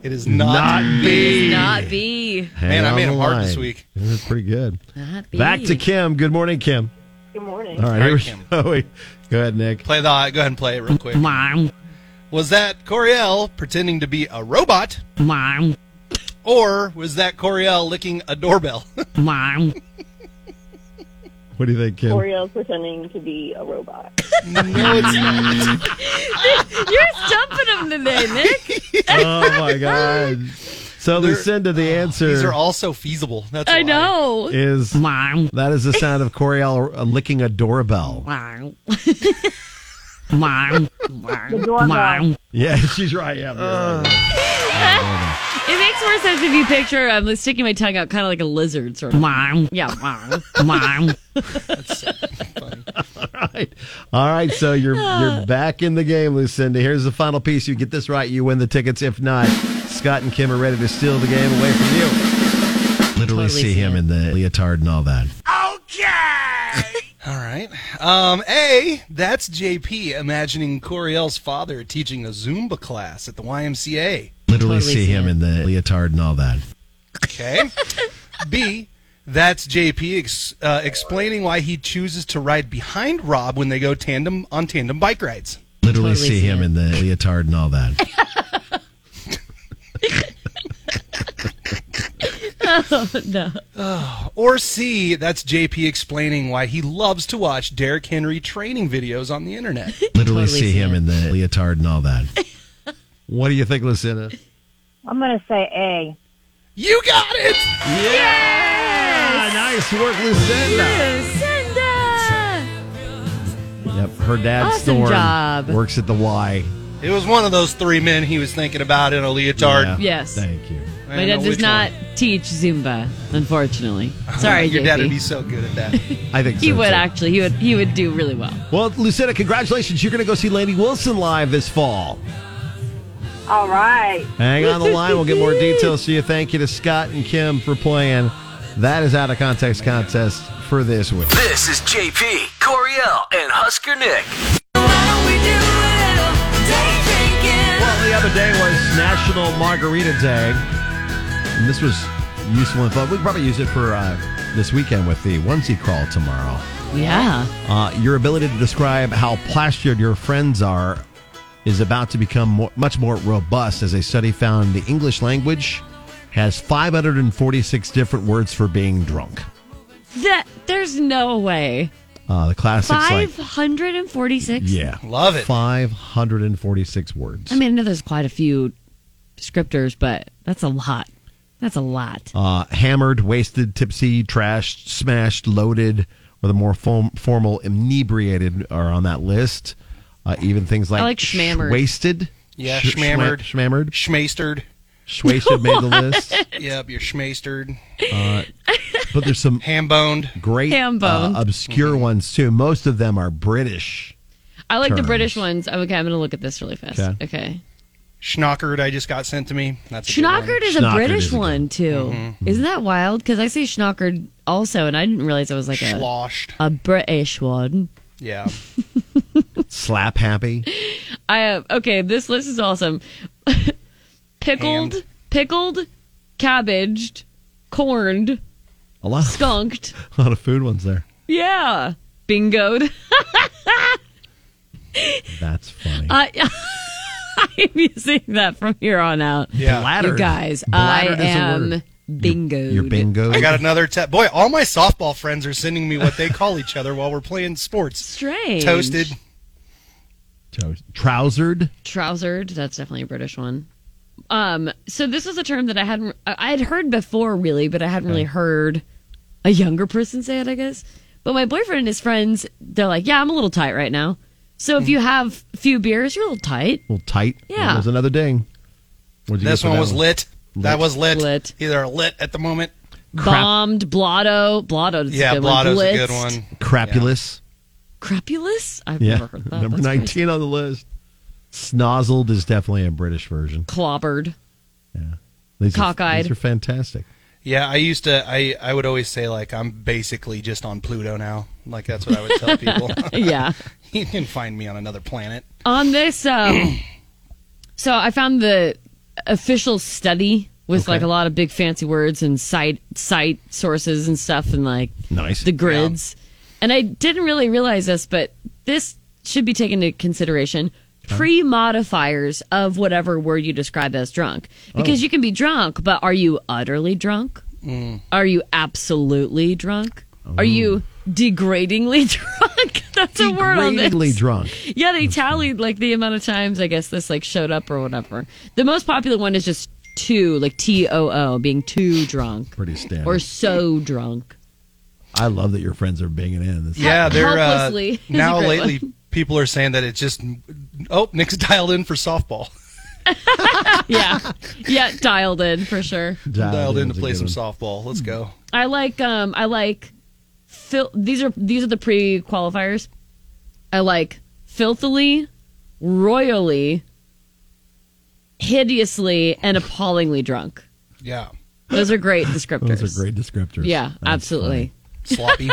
J: It is not,
I: Not
J: B.
F: Not B.
I: Hang
J: Man, I
I: on
J: made
I: the
J: him hard this
I: line.
J: week.
I: That's pretty good.
F: Not B.
I: Back to Kim. Good morning, Kim.
M: Good morning.
I: All right,
J: All
I: here
J: right,
I: we go. <laughs> We- Go ahead, Nick.
J: Play the go ahead and play it real quick.
F: Mom.
J: Was that Coriel pretending to be a robot,
F: Mom.
J: or was that Coriel licking a doorbell? <laughs>
F: Mom.
I: What do you think, Kim?
M: Oreo pretending to be a robot.
J: no, it's not.
F: You're stumping them
I: <laughs>
F: today, Nick.
I: oh
M: <laughs>
I: my god! So Lucinda, the answer
J: Ah, These are also feasible. That's
F: I
J: why.
F: know.
I: is
F: Mom.
I: that is the sound of Coriel uh, licking a doorbell.
F: <laughs> Mom. Mom.
M: doorbell.
F: Mom.
I: Yeah, <laughs> she's right. Yeah, you're
F: Uh.
I: right.
F: It makes more sense if you picture I'm like, sticking my tongue out, kind of like a lizard, sort of. Mom. Yeah. Mom. Mom.
I: All <laughs> right. All right. So you're
F: Uh.
I: you're back in the game, Lucinda. Here's the final piece. You get this right, you win the tickets. If not, Scott and Kim are ready to steal the game away from you. Literally
F: Totally
I: see
F: see
I: him
F: it.
I: in the leotard and all that.
J: All right. Um, a, that's JP imagining Coriel's father teaching a Zumba class at the YMCA.
I: Literally
F: Totally
I: see
F: see
I: him
F: it.
I: in the leotard and all that.
J: Okay. B, that's JP ex- uh, explaining why he chooses to ride behind Rob when they go tandem on tandem bike rides.
I: Literally
F: Totally
I: see
F: see
I: him
F: it.
I: in the leotard and all that.
F: Oh, no.
J: Or C, that's JP explaining why he loves to watch Derrick Henry training videos on the internet.
I: Literally
F: Totally
I: see
F: see
I: him
F: it.
I: in the leotard and all that. <laughs> What do you think, Lucinda?
M: I'm going to say A.
J: you got it!
I: Yeah! Nice work, Lucinda.
F: Lucinda!
I: Yep. Her dad
J: Awesome
I: Storm
J: job.
I: works at the Y.
J: It was one of those three men he was thinking about in a leotard.
I: Yeah.
F: Yes.
I: Thank you.
J: I
F: My
J: don't
F: dad
J: know
F: does
J: which
F: not teach Zumba,
J: <laughs>
F: unfortunately. Sorry,
J: Your
F: JP.
J: dad would be so good at that.
I: I think
F: He
I: so,
F: would
I: too.
F: actually. He would. He would do really well.
I: Well, Lucetta, congratulations. You're going to go see Lady Wilson live this fall.
M: All right.
I: Hang on the line. We'll get
M: <laughs>
I: more details to you. Thank you to Scott and Kim for playing. That is out of context contest for this week.
G: This is JP, Coriel, and Husker Nick.
I: Well, the other day was National Margarita Day. And this was useful info. We could probably use it for uh, this weekend with the onesie crawl tomorrow.
F: Yeah.
I: Uh, your ability to describe how plastered your friends are is about to become more, much more robust as a study found the English language has 546 different words for being drunk.
F: That there's no way.
I: Uh, the classics
F: Five
I: like
F: hundred and forty-six.
I: yeah,
J: love it.
I: 546 words.
F: I mean, I know there's quite a few descriptors, but that's a lot. That's a lot.
I: Uh, hammered, wasted, tipsy, trashed, smashed, loaded, or the more form- formal inebriated are on that list. Uh, even things like,
F: I like shmammered.
I: wasted.
J: Yeah,
I: Sh-
J: shmammered.
I: Shmammered.
J: Schmastered.
I: Schwasted made the
F: <laughs>
I: list.
J: Yep, you're schmastered.
I: Uh, but there's some
J: ham boned,
I: great,
F: Ham
I: uh,
F: boned.
I: obscure
J: Mm-hmm.
I: ones too. Most of them are British.
F: I like the
I: terms.
F: British ones. I'm- Okay, I'm going to look at this really fast.
I: Okay.
F: Okay.
J: Schnockered, I just got sent to me. That's a good one.
F: Schnockered is a
I: Schnockered
F: British
I: is a good-
F: one too. Isn't that wild? Because I say schnockered also, and I didn't realize I was like
J: Sloshed.
F: a a British one.
J: Yeah.
I: Slap happy.
F: I uh, okay. This list is awesome. <laughs> pickled,
I: Hammed.
F: pickled, cabbaged, corned,
I: A lot,
F: skunked.
I: <laughs> a lot of food ones there.
F: Yeah, bingoed. <laughs>
I: That's funny.
F: Uh, I'm using that from here on out.
J: Yeah.
F: you
J: Bladdered.
F: guys.
J: Bladdered
F: I
J: is a
F: am
J: word.
F: bingoed.
I: bingo.
J: I got another tap. Boy, all my softball friends are sending me what they call each other while we're playing sports.
F: Strange.
J: Toasted.
I: Trousered.
F: Trousered. That's definitely a British one. Um. So this was a term that I hadn't. I I had heard before, really, but I hadn't really heard a younger person say it. I guess. But my boyfriend and his friends, they're like, "Yeah, I'm a little tight right now." So
J: Hmm.
F: if you have a few beers, you're a little tight.
I: A little tight.
F: Yeah.
I: That was another ding. What'd you
J: This
I: get for
J: one
I: that
J: was lit. That was lit.
F: Lit.
J: Either lit at the moment.
F: Bombed. Blotto. Blotto. is a
J: yeah,
F: good one.
J: Blotto's a good
F: Blitzed.
J: one.
I: Crapulous.
F: Crapulous. I've
I: yeah.
F: never heard that.
I: Number
F: That's crazy.
I: 19 on the list. Snozzled is definitely a British version.
F: Clobbered. <laughs>
I: These Are,
F: Cockeyed.
I: these are fantastic.
J: Yeah, I used to. I I would always say like I'm basically just on Pluto now. Like that's what I would tell people. <laughs>
F: Yeah.
J: you can find me on another planet.
F: on this um <clears throat> so i found the official study with
J: Okay.
F: like a lot of big fancy words and site site sources and stuff and like
I: nice
F: the grids and i didn't really realize this but this should be taken into consideration pre-modifiers of whatever word you describe as drunk because
P: Oh.
F: you can be drunk but are you utterly drunk are you absolutely drunk are you degradingly <laughs> drunk that's a word on this
I: Degradingly drunk.
F: yeah, they tallied like the amount of times I guess this like showed up or whatever. The most popular one is just too, like T O O, being too drunk
I: Pretty standard.
F: or so drunk.
I: I love that your friends are binging in. This is-
J: Yeah, they're uh,
F: helplessly is a
J: now
F: great
J: lately people are saying that it's just oh Nick's <laughs> dialed in for softball.
F: yeah, <laughs> yeah, dialed in for sure.
J: <laughs> Dialed, in to
I: in's a
J: play
I: good
J: some
I: one.
J: softball. Let's go.
F: I like, um, I like. Fil- these are these are the pre qualifiers. I like filthily, royally, hideously, and appallingly drunk.
J: Yeah,
F: Those are great descriptors.
I: Those are great descriptors.
F: Yeah, absolutely.
J: sloppy,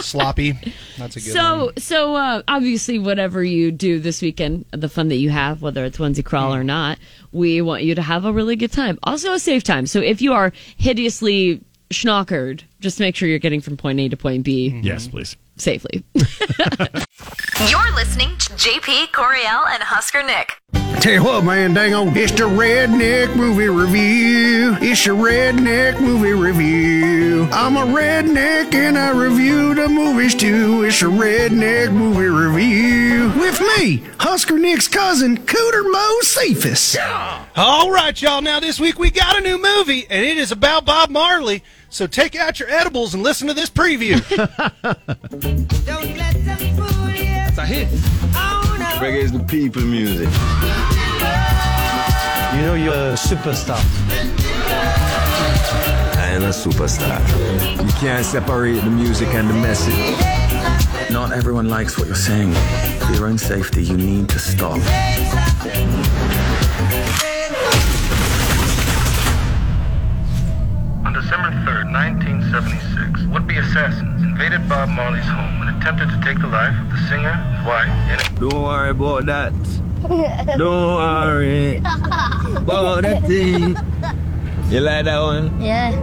J: sloppy. That's a good
F: so
J: one.
F: so uh, obviously whatever you do this weekend the fun that you have whether it's onesie crawl
J: Mm.
F: or not we want you to have a really good time also a safe time so if you are hideously schnockered just make sure you're getting from point a to point
J: Mm-hmm.
F: b
I: Yes, please.
F: safely
A: You're listening to JP, Coriel, and Husker Nick.
Q: Tell you what, man, dang on. It's the Redneck Movie Review. It's your Redneck Movie Review. I'm a redneck and I review the movies too. It's your Redneck Movie Review. With me, Husker Nick's cousin, Cooter Mo Cephas.
J: All right, y'all. Now this week we got a new movie, and it is about Bob Marley. So take out your edibles and listen to this preview.
R: Don't let them fool you.
P: a hit.
R: Reggae is the people music.
N: You know you're a superstar.
R: <laughs> I am a superstar. You can't separate the music and the message.
G: Not everyone likes what you're saying. For your own safety, you need to stop.
S: On December 3rd, 1976, would-be assassins invaded Bob Marley's home and attempted to take the life of the singer, his wife, and
R: Don't worry about that. Don't worry about that thing. You like that one?
T: Yeah.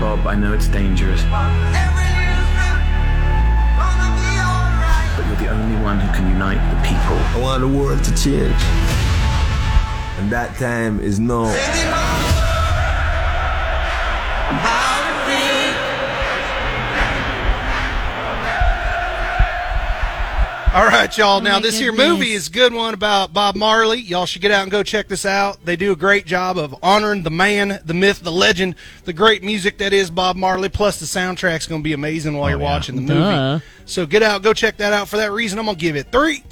G: Bob, I know it's dangerous. But you're the only one who can unite the people.
R: I want the world to change. And that time is now.
J: All right, y'all. now,
U: my
J: this here
U: goodness.
J: movie is a good one about Bob Marley. Y'all should get out and go check this out. They do a great job of honoring the man, the myth, the legend, the great music that is Bob Marley. Plus, the soundtrack's going to be amazing while you're watching the movie.
F: Duh.
J: So get out, go check that out. For that reason, I'm going to give it three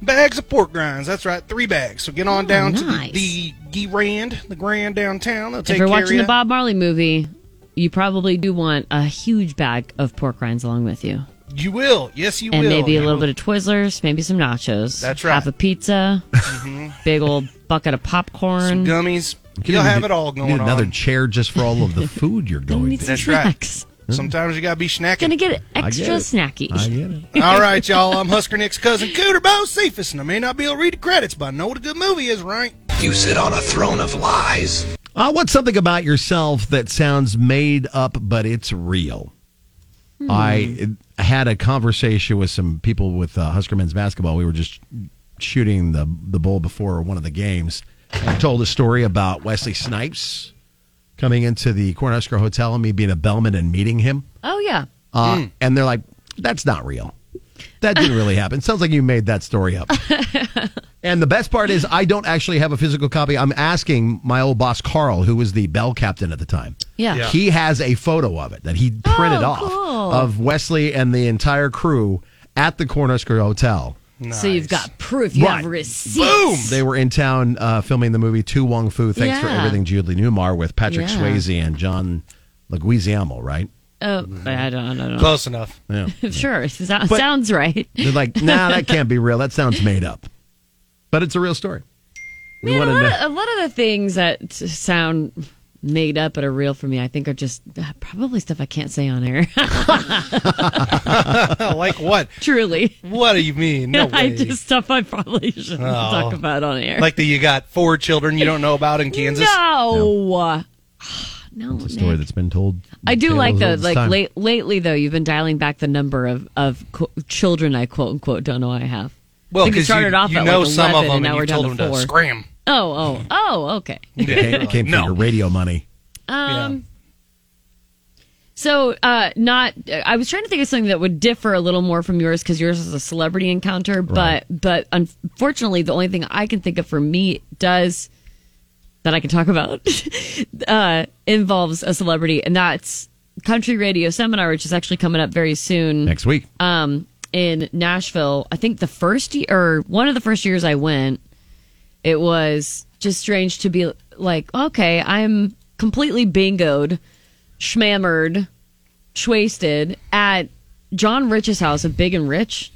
J: bags of pork grinds. That's right, three bags. So get on down to the, the Grand, the Grand downtown. They'll take
F: if you're
J: care of
F: watching
J: ya.
F: the Bob Marley movie, you probably do want a huge bag of pork rinds along with you.
J: You will. Yes, you
F: and
J: will.
F: maybe a little bit of Twizzlers, maybe some nachos.
J: That's right. Mm-hmm.
F: Half a pizza, big old bucket of popcorn,
J: Some gummies. You'll have it all
I: Need
J: going on.
I: another chair just for all of the food you're going. to.
J: That's right. Sometimes you gotta be snacking. Gonna
F: get
I: I extra get it.
F: snacky.
I: I get it.
J: All right, y'all. I'm Husker Nick's cousin, Cooter Bo Cephas, and I may not be able to read the credits, but I know what a good movie is, right?
G: You sit on a throne of lies.
I: Uh, what's something about yourself that sounds made up, but it's real?
J: Hmm.
I: I had a conversation with some people with uh, Husker men's basketball. We were just shooting the the bowl before one of the games. And I told a story about Wesley Snipes coming into the Cornhusker Hotel and me being a bellman and meeting him.
F: Oh yeah.
I: Uh, And they're like, that's not real. That didn't really happen. Sounds like you made that story up. and the best part is, I don't actually have a physical copy. I'm asking my old boss, Carl, who was the bell captain at the time.
F: Yeah. Yeah.
I: He has a photo of it that he printed off
F: cool.
I: of Wesley and the entire crew at the Cornhusker Hotel.
F: So you've got proof. You have
I: Right.
F: receipts.
I: Boom! They were in town uh, filming the movie Tu Wong Fu, Thanks for
F: Yeah.
I: Everything, Julie Newmar, with Patrick
F: Yeah.
I: Swayze and John Leguizamo, right?
F: Oh, I don't, I don't know.
J: Close enough.
I: Yeah.
F: <laughs> sure, so-
I: But-
F: sounds right.
I: They're
F: <laughs>
I: like, nah, that can't be real. That sounds made up. But it's a real story. We
F: Man, a
I: wanna
F: lot,
I: know-
F: of, a lot of the things that s- sound made up but are real for me, I think are just uh, probably stuff I can't say on air.
J: <laughs> like what?
F: Truly.
J: What do you mean? No
F: <laughs> I
J: way.
F: just stuff I probably shouldn't
J: Oh.
F: talk about on air.
J: Like the you got four children you don't know about
F: <laughs>
J: in Kansas.
F: no. <sighs> No,
I: It's a story that's been told.
F: I do
I: tale
F: like
I: as old
F: the
I: as
F: like
I: time.
F: late, lately though you've been dialing back the number of of qu- children I quote unquote don't know I have.
J: Well,
F: I think it
J: 'cause you-
F: started off
J: you
F: at
J: know
F: like
J: some of
F: 11,
J: them
F: and
J: and
F: now
J: you
F: we're down
J: told
F: to
J: them to
F: four.
J: scram.
F: Oh, oh, oh, okay.
I: Came, came from your radio money.
F: Um, So, uh, not. I was trying to think of something that would differ a little more from yours because yours is a celebrity encounter,
I: Right.
F: but but unfortunately, the only thing I can think of for me does that I can talk about <laughs> uh, involves a celebrity, and that's Country Radio Seminar, which is actually coming up very soon
I: next week.
F: Um, in Nashville, I think the first year or one of the first years I went, it was just strange to be like, okay, I'm completely bingoed, schmammered, shwasted at John Rich's house of Big and Rich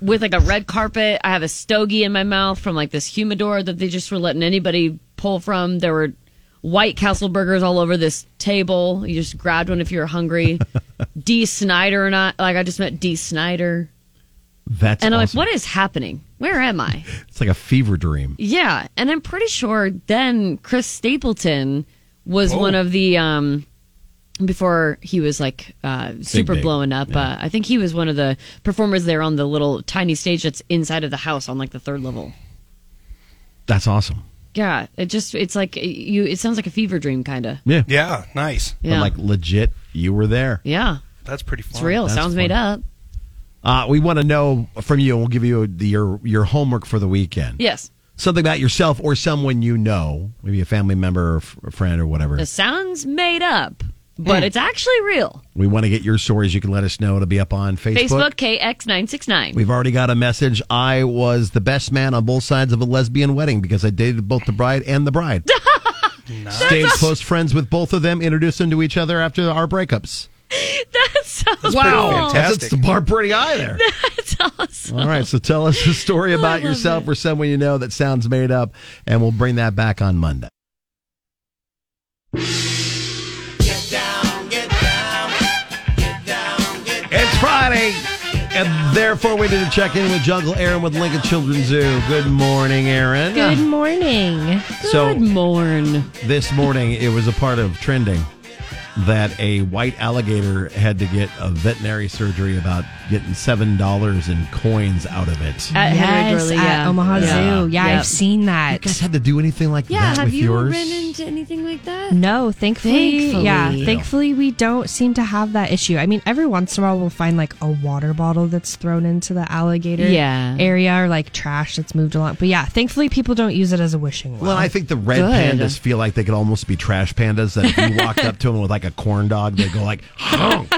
F: with like a red carpet. I have a stogie in my mouth from like this humidor that they just were letting anybody pull from. There were white castle burgers all over this table. You just grabbed one if you were hungry. D. Snyder or not. Like I just met D. Snyder.
I: That's
F: and I'm
I: awesome.
F: like, what is happening? Where am I?
I: It's like a fever dream.
F: Yeah, and I'm pretty sure then Chris Stapleton was
I: Whoa.
F: one of the um before he was like uh super
V: big.
F: blowing up. Uh, I think he was one of the performers there on the little tiny stage that's inside of the house on like the third level.
I: That's awesome.
F: Yeah, it just it's like you it sounds like a fever dream kind of.
I: Yeah.
J: Yeah. Nice.
I: But
F: Yeah.
I: like legit, you were there.
F: Yeah.
J: That's pretty fun.
F: It's real.
I: That's
F: sounds made up.
I: Uh, we want to know from you, and we'll give you the, your your homework for the weekend.
F: Yes.
I: something about yourself or someone you know, maybe a family member or f- a friend or whatever.
F: It sounds made up,
I: Mm.
F: but it's actually real.
I: We want to get your stories. You can let us know. It'll be up on
F: Facebook,
P: <laughs>
F: KX969.
I: We've already got a message. I was the best man on both sides of a lesbian wedding because I dated both the bride and the bride. Stayed close friends with both of them, introduced them to each other after our breakups.
F: That sounds
I: wow.
F: cool.
I: That's the bar pretty high there.
F: That's awesome.
I: All right, so tell us a story about yourself or someone you know that sounds made up, and we'll bring that back on Monday. It's Friday, and therefore we did a check in with Jungle Aaron with Lincoln Children's Zoo. Good morning, Aaron.
P: Good morning.
I: So-
F: Good morn.
I: This morning, it was a part of trending that a white alligator had to get a veterinary surgery about getting seven dollars in coins out of it.
P: At
F: Henry
P: yes,
F: Gurley,
P: at
F: yeah.
P: Omaha
I: Yeah.
P: Zoo. Yeah,
I: Yeah.
P: I've seen that.
I: You guys had to do anything like that with yours?
F: into anything like that?
P: No, thankfully,
F: Thankfully.
P: yeah,
F: Yeah.
P: thankfully we don't seem to have that issue. I mean, every once in a while we'll find like a water bottle that's thrown into the alligator
F: Yeah.
P: area or like trash that's moved along. But yeah, thankfully people don't use it as a wishing well.
I: Well, I think the red
P: Good.
I: pandas feel like they could almost be trash pandas. That if you walked up to them with like a corn dog, they go like, honk.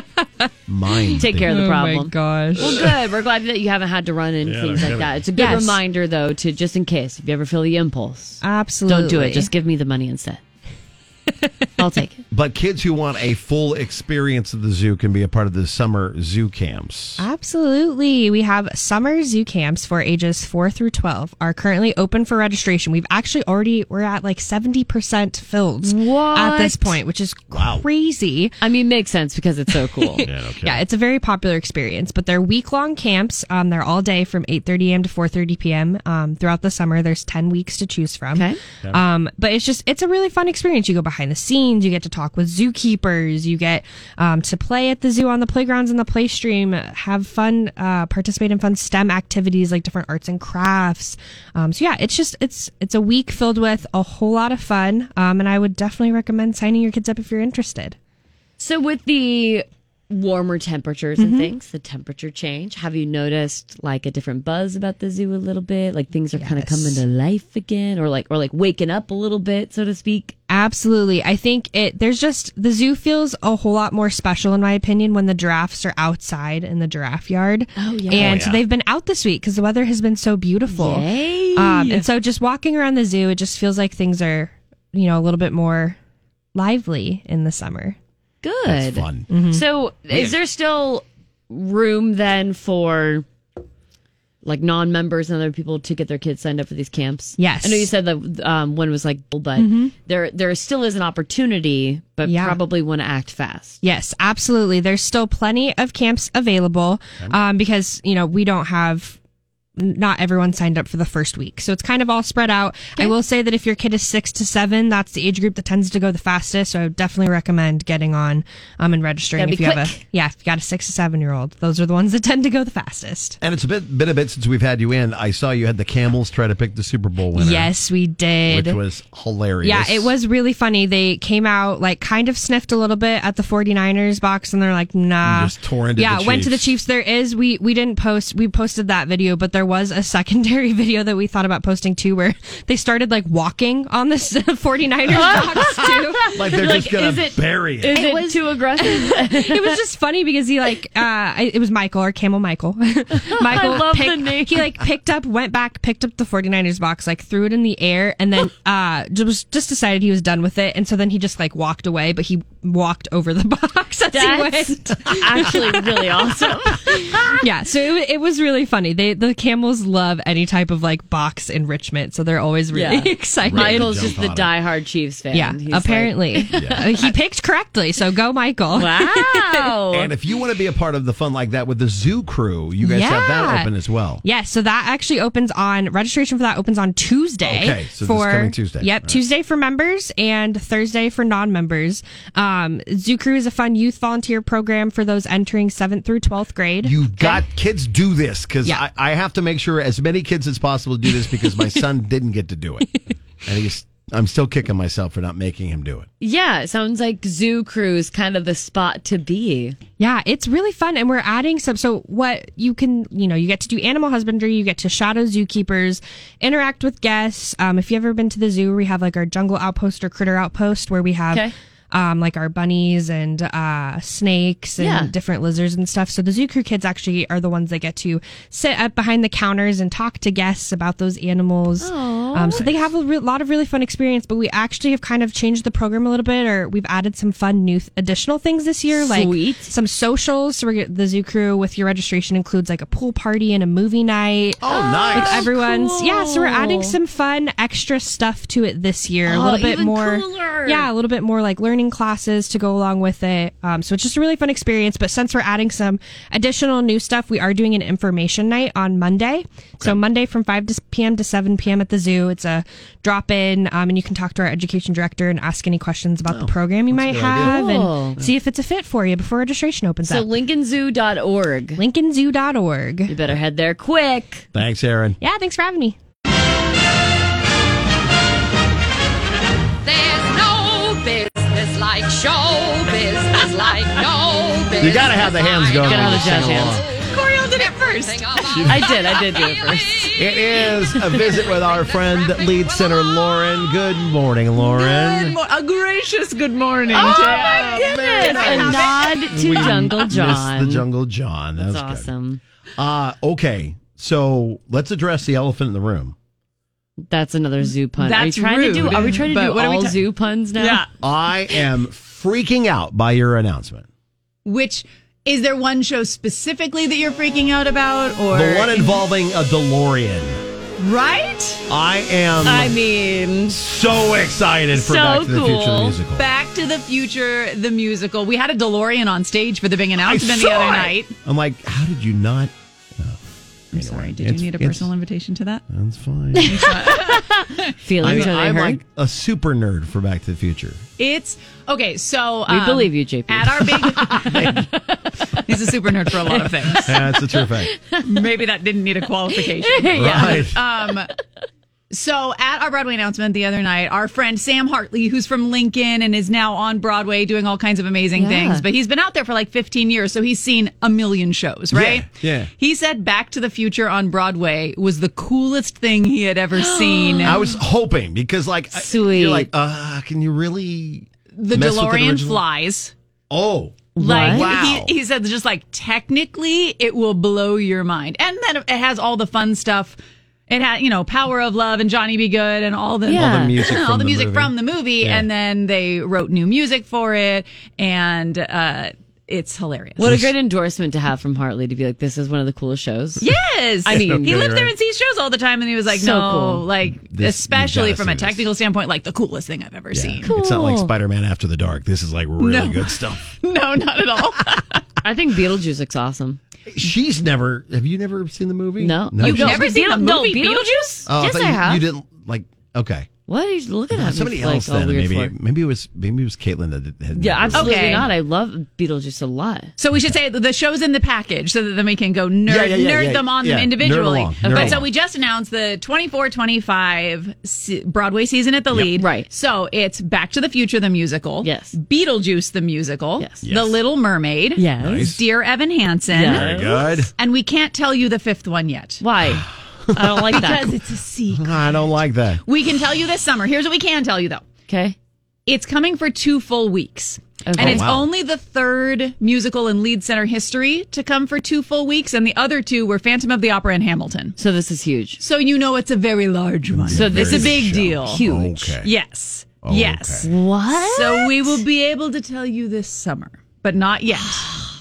I: Mine.
F: Take care of the problem.
P: Oh gosh.
F: Well, good. We're glad that you haven't had to run into
I: Yeah,
F: things
I: they're
F: like
I: gonna-
F: that. It's a good
P: Yes.
F: reminder, though, to just in case if you ever feel the impulse.
P: Absolutely.
F: Don't do it. Just give me the
P: <laughs>
F: money instead. I'll take it.
I: But kids who want a full experience of the zoo can be a part of the summer zoo camps.
P: Absolutely. We have summer zoo camps for ages 4 through 12 are currently open for registration. We've actually already we're at like 70% filled at this
F: What?
P: point, which is crazy.
F: I mean, makes sense because it's so
P: <laughs>
F: cool.
P: Yeah, it's a very popular experience, but they're week-long camps. Um, they're all day from 8:30 a.m. to 4:30 p.m. Um, throughout the summer. There's 10 weeks to choose from. Okay.
F: Okay.
P: Um, but it's just it's a really fun experience. You go behind the scenes. You get to talk with zookeepers. You get um, to play at the zoo on the playgrounds and the play stream. Have fun. Uh, participate in fun STEM activities like different arts and crafts. Um, so yeah, it's just it's it's a week filled with a whole lot of fun. Um, and I would definitely recommend signing your kids up if you're interested.
F: So, with the warmer temperatures
P: Mm-hmm.
F: and things, the temperature change, have you noticed like a different buzz about the zoo a little bit? Like things are kind of coming to life again, or like or like waking up a little bit, so to speak.
P: Absolutely. I think it there's just the zoo feels a whole lot more special in my opinion when the giraffes are outside in the giraffe yard. Oh
F: yeah.
P: And
F: Oh,
P: so
F: yeah.
P: they've been out this week cuz the weather has been so beautiful.
F: Yay.
P: Um and so just walking around the zoo it just feels like things are, you know, a little bit more lively in the summer.
F: Good.
P: That's fun. Mhm.
F: So,
P: Yeah.
F: is there still room then for like non-members and other people to get their kids signed up for these camps?
P: Yes.
F: I know you said that um, one was like, but
P: Mhm.
F: there there still is an opportunity, but probably want to act fast.
P: Yes, absolutely. There's still plenty of camps available um, because, you know, we don't have. Not everyone signed up for the first week. So it's kind of all spread out. I will say that if your kid is six to seven, that's the age group that tends to go the fastest. So I would definitely recommend getting on um, and registering
F: Gotta
P: if
F: be
P: you have a
F: quick.
P: yeah, if you got a six to seven year old. Those are the ones that tend to go the fastest.
I: And it's a bit, been a bit since we've had you in. I saw you had the camels try to pick the Super Bowl winner.
P: Yes, we did.
I: Which was hilarious.
P: Yeah, it was really funny. They came out like kind of sniffed a little bit at the 49ers box and they're like, nah.
I: And just tore into
P: yeah,
I: the
P: went to the Chiefs. There is we we didn't post we posted that video, but there was a <laughs> secondary video that we thought about posting too where <laughs> they started like walking on this <laughs> 49ers box too. <laughs>
I: Like they're just gonna bury it.
F: it too aggressive?
P: it was just funny because he like uh I, it was Michael or Camel Michael. <laughs> Michael
F: I love the
P: picked-
F: name.
P: he like picked up, went back, picked up the 49ers box, like threw it in the air and then uh just just decided he was done with it and so then he just like walked away, but he walked over the <laughs> box as
F: That's
P: he went.
F: <laughs> actually really awesome.
P: <laughs> yeah, so it, wa- it was really funny. They the camels love any type of like box enrichment, so they're always really <laughs> excited.
F: Michael's just the diehard Chiefs fan.
P: Yeah,
F: He's like- <laughs>
P: apparently he picked correctly. So go, Michael! <laughs>
F: Wow.
I: And if you want to be a part of the fun like that with the zoo crew, you guys have that
P: Yeah.
I: open as well.
P: Yeah, so that actually opens on registration for that opens on Tuesday.
I: Okay, so this
P: for
I: coming Tuesday.
P: Yep,
I: All right.
P: Tuesday for members and Thursday for non-members. Um, Zoo Crew is a fun youth volunteer program for those entering seventh through twelfth grade.
I: You've got kids do this because I, I have to make sure as many kids as possible do this because my son didn't get to do it. And he's I'm still kicking myself for not making him do it.
F: Yeah, it sounds like Zoo Crew is kind of the spot to be.
P: Yeah, it's really fun, and we're adding some. So what you can, you know, you get to do animal husbandry, you get to shadow zookeepers, interact with guests. Um, if you've ever been to the zoo, we have like our jungle outpost or critter outpost where we have.
F: Okay.
P: Um, like our bunnies and uh, snakes and
F: Yeah.
P: different lizards and stuff. So the zoo crew kids actually are the ones that get to sit up behind the counters and talk to guests about those animals.
F: Aw.
P: Um, so they have a re- lot of really fun experience, but we actually have kind of changed the program a little bit, or we've added some fun new th- additional things this year, like
F: Sweet.
P: some socials. So we're, g- the zoo crew with your registration includes like a pool party and a movie night.
I: Oh, nice.
P: With everyone's yeah. So we're adding
F: cool.
P: some fun extra stuff to it this year, a
F: Oh,
P: little bit
F: even
P: more.
F: cooler.
P: Yeah, a little bit more like learning classes to go along with it. Um, so it's just a really fun experience. But since we're adding some additional new stuff, we are doing an information night on Monday. So Monday from 5 to p.m. to 7 p.m. at the zoo. It's a drop in, um, and you can talk to our education director and ask any questions about the program you might
F: a good idea.
P: have
F: Cool.
P: and see if it's a fit for you before registration opens
F: So
P: up.
F: lincolnzoo.org.
P: lincolnzoo.org. You
F: better head there quick.
I: Thanks, Aaron.
P: Yeah, thanks for having me.
W: There's no business like show business like no business.
I: You got to have the hands going.
W: Gotta
I: when
W: have
I: you
W: the
I: sing
W: jazz
I: along.
W: Coriel did it first.
F: I did. I did do
P: <laughs>
F: it
J: <laughs>
F: first.
I: It is a visit with our friend, lead center Lauren. Good morning, Lauren.
J: Good mo- a gracious good morning.
F: Oh,
J: to
F: my
J: you.
F: goodness.
J: Man,
F: A
J: I-
F: nod to
I: We
F: Jungle
I: missed
F: John.
I: the Jungle John. That
F: That's
I: was good.
F: awesome.
I: Uh, okay, so let's address the elephant in the room.
F: That's another zoo pun. are you
J: That's
F: trying to do?
J: rude,
F: Are we trying to
J: but
F: do
J: what are we
F: all
J: ta-
F: zoo puns now?
J: Yeah.
I: I am freaking out by your announcement.
J: Which is there one show specifically that you're freaking out about, or
I: the one involving a DeLorean.
J: right?
I: I am
J: I mean,
I: so excited for
J: so
I: Back to the
J: cool.
I: Future the musical.
J: Back to the Future the musical. We had a DeLorean on stage for the big announcement the
I: saw
J: other
I: it.
J: night.
I: I'm like, how did you not? Oh,
J: I'm sorry. Did
I: it's-
J: you need a
I: it's-
J: personal invitation to that? <laughs>
I: That's fine. I
F: Feelings
I: mean,
F: are they
I: I'm
F: hurt?
I: like a super nerd for Back to
J: <laughs>
I: the Future.
J: It's okay. So
F: We believe you, JP.
J: At <laughs> our big, he's a super nerd for a lot of
I: <laughs>
J: things.
I: That's a
J: <laughs>
I: true fact.
J: Maybe that didn't need a qualification.
I: Yeah. Right.
J: Um, so at our Broadway announcement the other night, our friend Sam Hartley, who's from Lincoln and is now on Broadway doing all kinds of amazing
F: Yeah.
J: things, but he's been out there for like 15 years, so he's seen a million shows, right?
I: Yeah, yeah.
J: He said Back to the Future on Broadway was the coolest thing he had
I: <gasps>
J: ever seen.
I: I was hoping because, like, I-
J: Sweet.
I: you're like, uh, can you really?
J: the
I: mess with the
J: DeLorean
I: original?
J: flies.
I: Oh,
J: Like
I: wow.
J: he, he said, just like technically, it will blow your mind, and then it has all the fun stuff. It had you know Power of Love and Johnny Be Good and all the
I: Yeah. All the music
J: all
I: from
J: the
I: the
J: music
I: movie.
J: from the movie,
I: Yeah.
J: and then they wrote new music for it, and uh, it's hilarious.
F: What a great endorsement to have from Hartley to be like, this is one of the coolest shows.
J: Yes,
F: I mean,
J: he lived there and sees shows all the time, and he was like,
F: So
J: "No,
F: cool.
J: like
I: This-
J: especially
I: you gotta
J: from a
I: see this.
J: technical standpoint, like the coolest thing I've ever seen."
I: It's not like Spider Man After the Dark. This is like really
J: No.
I: good stuff.
J: <laughs> No, not at all.
F: <laughs> I think Beetlejuice looks awesome.
I: She's never. Have you never seen the movie?
F: No.
I: No,
J: You've
I: she's-
J: never seen the
F: No,
J: movie
F: Beetlejuice?
I: Oh, I
F: yes,
I: thought
F: I
I: you,
F: have.
I: You didn't like. Okay.
F: What are you looking at? me
I: Somebody
F: like,
I: else
F: all
I: then.
F: weird
I: Maybe.
F: for?
I: Maybe it was. Maybe it was Caitlin that. Had
F: Yeah, absolutely
J: Okay.
F: not. I love Beetlejuice a lot.
J: So we should say the show's in the package so that then we can go nerd,
F: Yeah, yeah, yeah,
J: nerd
F: yeah,
J: them on
F: yeah.
J: them
F: Nerd
J: individually.
F: along, nerd
J: but so
F: along.
J: we just announced the 24 25 se- Broadway season at the lead. Right. So it's Back to the Future, the musical. Yes. Beetlejuice, the musical. Yes. The
F: Yes.
J: Little Mermaid.
F: Yes. Nice.
J: Dear Evan Hansen.
F: Very good.
J: And we can't tell you the fifth one yet.
F: Why? I don't like that.
J: Because it's a secret.
I: <laughs> I don't like that.
J: We can tell you this summer. Here's what we can tell you though.
F: Okay.
J: It's coming for two full weeks. And
F: Oh,
J: it's
F: wow.
J: only the third musical in lead center history to come for two full weeks. And the other two were Phantom of the Opera and Hamilton.
F: So this is huge.
J: So you know it's a very large one.
F: So this
J: it's a
F: is
J: big
F: huge.
J: deal.
F: Huge. Okay.
J: Yes.
F: Okay.
J: Yes.
F: What?
J: So we will be able to tell you this summer, but not <sighs> yet.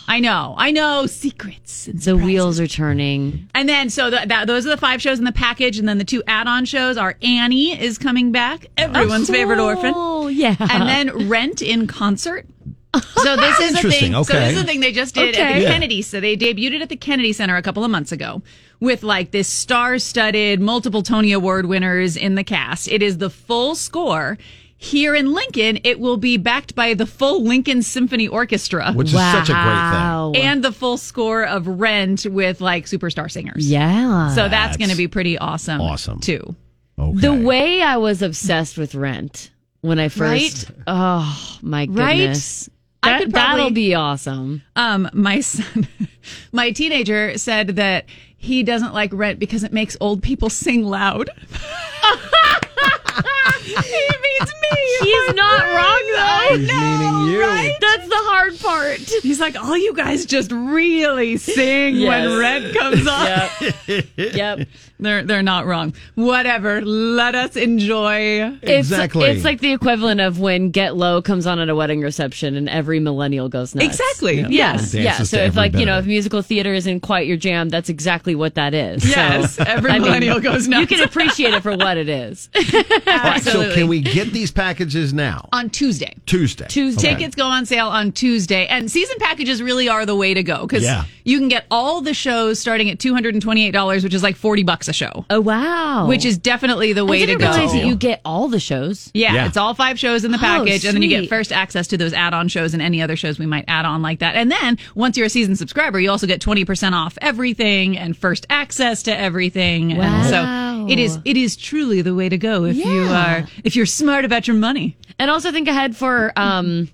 J: I know. I know. Secrets. And
F: The wheels are turning.
J: and then, so th- that, those are the five shows in the package. And then the two add on shows are Annie is coming back, everyone's favorite orphan.
F: Oh, yeah.
J: And then Rent in
F: <laughs>
J: concert. So this is the
F: Interesting,
J: thing. So this
F: okay.
J: is the thing they just did at
F: Okay.
J: the
F: Yeah.
J: Kennedy. So they debuted it at the Kennedy Center a couple of months ago with like this star-studded, multiple Tony Award winners in the cast. It is the full score. Here in Lincoln, it will be backed by the full Lincoln Symphony Orchestra,
I: Which is such a great thing.
F: Oh,
I: Wow.
J: and the full score of Rent with like superstar singers.
F: Yeah.
J: So that's,
F: That's
J: going to be pretty awesome. Awesome too.
F: The way I was obsessed with Rent when I first. Oh my
U: Right?
F: goodness!
U: I
F: That,
U: could probably-
F: that'll be awesome.
U: Um, my
J: <laughs>
U: son, my teenager said that he doesn't like Rent because it makes old people sing loud. he means me.
F: She's not wrong though.
U: meaning
F: you. That's the hard part.
U: He's like, all you guys just really sing
F: Yes.
U: when Rent comes on.
F: <laughs> yep.
U: They're they're not wrong. Whatever. Let us enjoy.
F: It's- It's, like the equivalent of when Get Low comes on at a wedding reception and every millennial goes nuts.
U: Exactly. Yeah.
F: Yes.
U: Yeah.
F: Yeah.
U: Dances
F: So
U: to
F: if
U: every
F: like, you
U: bit
F: know,
U: of
F: if musical theater isn't quite your jam, that's exactly what that is. So,
U: Yes, every
F: I mean,
U: millennial goes
F: You
U: nuts.
F: can appreciate it for what it
U: <laughs>
F: is.
I: So can we get these packages now?
U: on Tuesday.
I: Tuesday.
U: Tuesday.
I: Okay.
U: Tickets go on sale on Tuesday. And season packages really are the way to go because
I: Yeah.
U: you can get all the shows starting at $228, which is like 40 bucks a show.
F: Oh, wow.
U: Which is definitely the
F: I
U: way
F: didn't
U: to go.
F: realize that you get all the shows.
U: yeah, it's all five shows in the
F: Oh,
U: package, and then you get
F: sweet.
U: first access to those add-on shows and any other shows we might add on like that. And then once you're a season subscriber, you also get twenty percent off everything and first access to everything.
F: Wow.
U: And so it is it is truly the way to go if you
F: Yeah.
U: are if you're smart about your money.
F: And also think ahead for um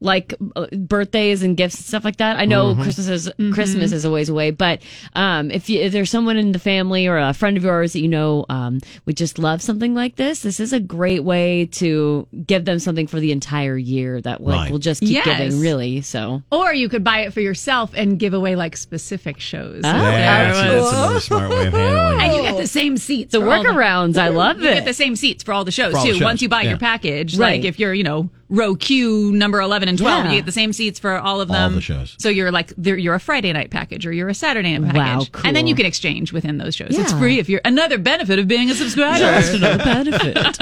F: like uh, birthdays and gifts and stuff like that. I know
U: Mhm.
F: Christmas is Christmas is a ways away, but um if, you, if there's someone in the family or a friend of yours that you know um would just love something like this, this is a great way to give them something for the entire year that like
U: Right.
F: will just keep
U: Yes.
F: giving really. So
U: Or you could buy it for yourself and give away like specific shows.
F: Oh, Yeah, that's- that's another
I: smart way of
F: handling it.
U: And you get the same seats.
F: Oh. The
U: for all
F: workarounds, I love
U: You
F: it.
U: get the same seats for all the shows
F: For all the
U: too.
F: shows,
U: Once you buy
F: yeah.
U: your package,
F: Right.
U: like if you're you know row Q number eleven and twelve,
F: Yeah.
U: you get the same seats for all of
F: All
U: them.
F: the shows.
U: So you're like they're- you're a Friday night package or you're a Saturday night
F: Wow,
U: package, and then
F: cool.
U: you can exchange within those shows. It's
F: Yeah.
U: free if you're another benefit of being a subscriber.
F: Just
U: <laughs>
F: another benefit.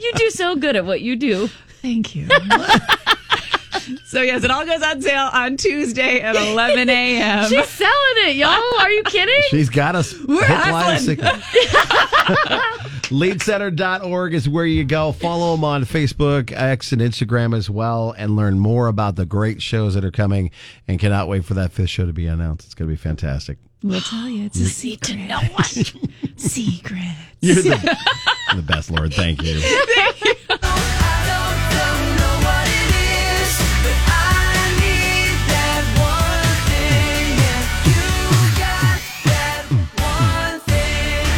F: you do so good at what you do.
U: Thank you. so yes, it all goes on sale on Tuesday at eleven a.m.
F: She's selling it, y'all. Are you kidding?
I: She's got us.
F: We're
I: sinker.
F: <laughs>
I: LeadCenter.org is where you go. Follow them on Facebook, X, and Instagram as well, and learn more about the great shows that are coming. And cannot wait for that fifth show to be announced. It's going to be fantastic.
U: <laughs> We'll tell you it's a secret.
F: <laughs>
U: To no one. secret.
I: You're the, the best, Lord. Thank you.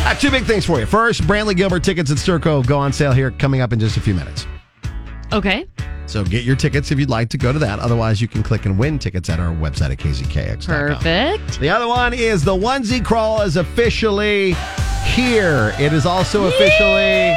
I: Uh, two big things for you. First, Brantley Gilbert tickets at Stir Cove go on sale here coming up in just a few minutes.
F: Okay.
I: So get your tickets if you'd like to go to that. Otherwise, you can click and win tickets at our website at KZKX.
F: Perfect.
I: The other one is the onesie crawl is officially here. It is also officially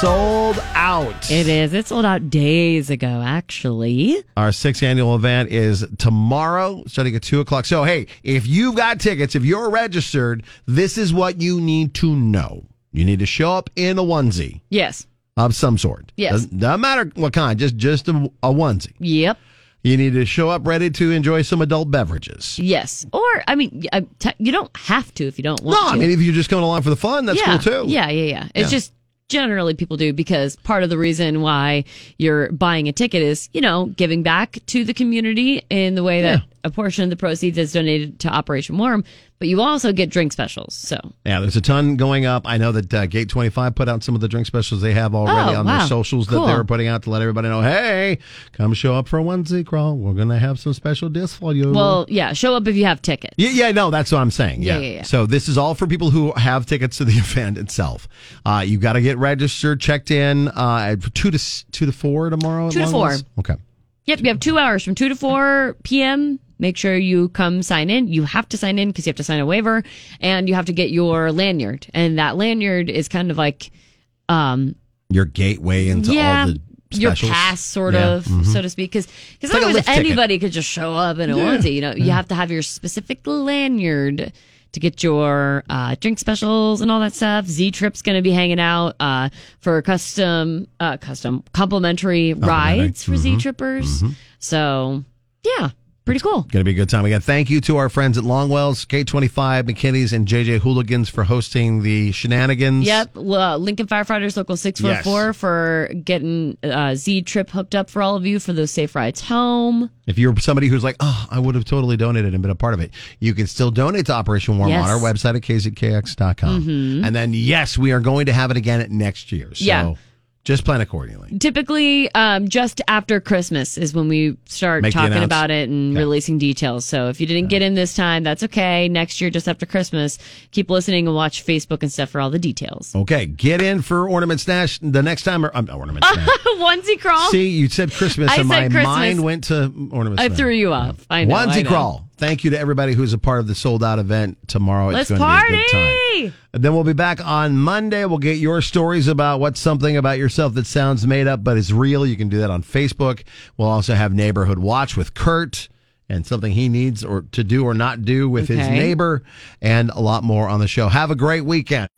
I: sold out.
F: It is. It sold out days ago, actually.
I: Our sixth annual event is tomorrow, starting at two o'clock. So, hey, if you've got tickets, if you're registered, this is what you need to know. You need to show up in a onesie
F: Yes.
I: of some sort.
F: Yes.
I: Doesn't, doesn't matter what kind, just just a, a onesie.
F: Yep.
I: You need to show up ready to enjoy some adult beverages.
F: Yes. Or, I mean, y- uh, te- you don't have to if you don't want
I: no,
F: to.
I: I mean if you're just going along for the fun, that's
F: yeah.
I: cool too.
F: Yeah, yeah, yeah. It's
I: Yeah.
F: just generally people do because part of the reason why you're buying a ticket is, you know, giving back to the community in the way that a portion of the proceeds is donated to Operation Worm, but you also get drink specials. So,
I: Yeah, there's a ton going up. I know that uh, Gate 25 put out some of the drink specials they have already
F: Oh,
I: on
F: wow.
I: their socials that
F: Cool.
I: they were putting out to let everybody know, hey, come show up for a onesie crawl. We're going to have some special discs for you.
F: well, yeah, show up if you have tickets.
I: yeah, yeah, no, that's what I'm saying.
F: Yeah,
I: Yeah.
F: yeah, yeah.
I: So this is all for people who have tickets to the <laughs> event itself. Uh, you got to get registered, checked in uh, at two to s- two to four tomorrow. at
F: Two to
I: Long
F: four.
I: Woods? Okay.
F: Yep, you have two hours from 2 to 4 p.m. Make sure you come sign in. You have to sign in because you have to sign a waiver and you have to get your lanyard. And that lanyard is kind of like, um,
I: Your gateway into
F: yeah,
I: all the
F: your
I: specials.
F: pass, sort
I: Yeah,
F: of,
I: mhm.
F: so to speak. Because
I: like a
F: otherwise,
I: lift ticket.
F: anybody could just show up in a
I: Yeah. Mm-hmm.
F: onesie. You know, you have to have your specific lanyard to get your uh, drink specials and all that stuff. Z Trip's going to be hanging out uh, for custom,
I: Mm-hmm.
F: uh, custom complimentary rides for Z Trippers. So, yeah. Pretty cool.
I: Going to be a good time. Again, thank you to our friends at Longwell's, K25, McKinney's, and JJ Hooligans for hosting the shenanigans.
F: Yep, uh, Lincoln Firefighters Local 644 for getting uh, Z Trip hooked up for all of you for those safe rides home.
I: If you're somebody who's like, oh, I would have totally donated and been a part of it, you can still donate to Operation Warm
F: Yes.
I: on our website at kzkx.com.
F: Mhm.
I: And then, yes, we are going to have it again next year. So
F: Yeah.
I: just plan accordingly.
F: Typically, um, just after Christmas is when we start
I: Make the
F: talking
I: announce-
F: about it and releasing details. So if you didn't get in this time, that's okay. Next year, just after Christmas, keep listening and watch Facebook and stuff for all the details.
I: Okay, get in for Ornament Stash the next time. Or, um,
F: <laughs>
I: ornament Stash.
F: Onesie crawl.
I: See, you said Christmas,
F: I
I: and
F: said
I: my
F: Christmas.
I: mind went to Ornament
F: I
I: Stash.
F: threw you off. I know.
I: Onesie
F: I know.
I: Crawl. Thank you to everybody who's a part of the sold out event tomorrow.
F: Let's
I: it's going
F: party.
I: to be a good time. And then we'll be back on Monday. We'll get your stories about what's something about yourself that sounds made up but is real. You can do that on Facebook. We'll also have Neighborhood Watch with Kurt and something he needs or to do or not do with his
B: Okay.
I: neighbor and a lot more on the show. Have a great weekend.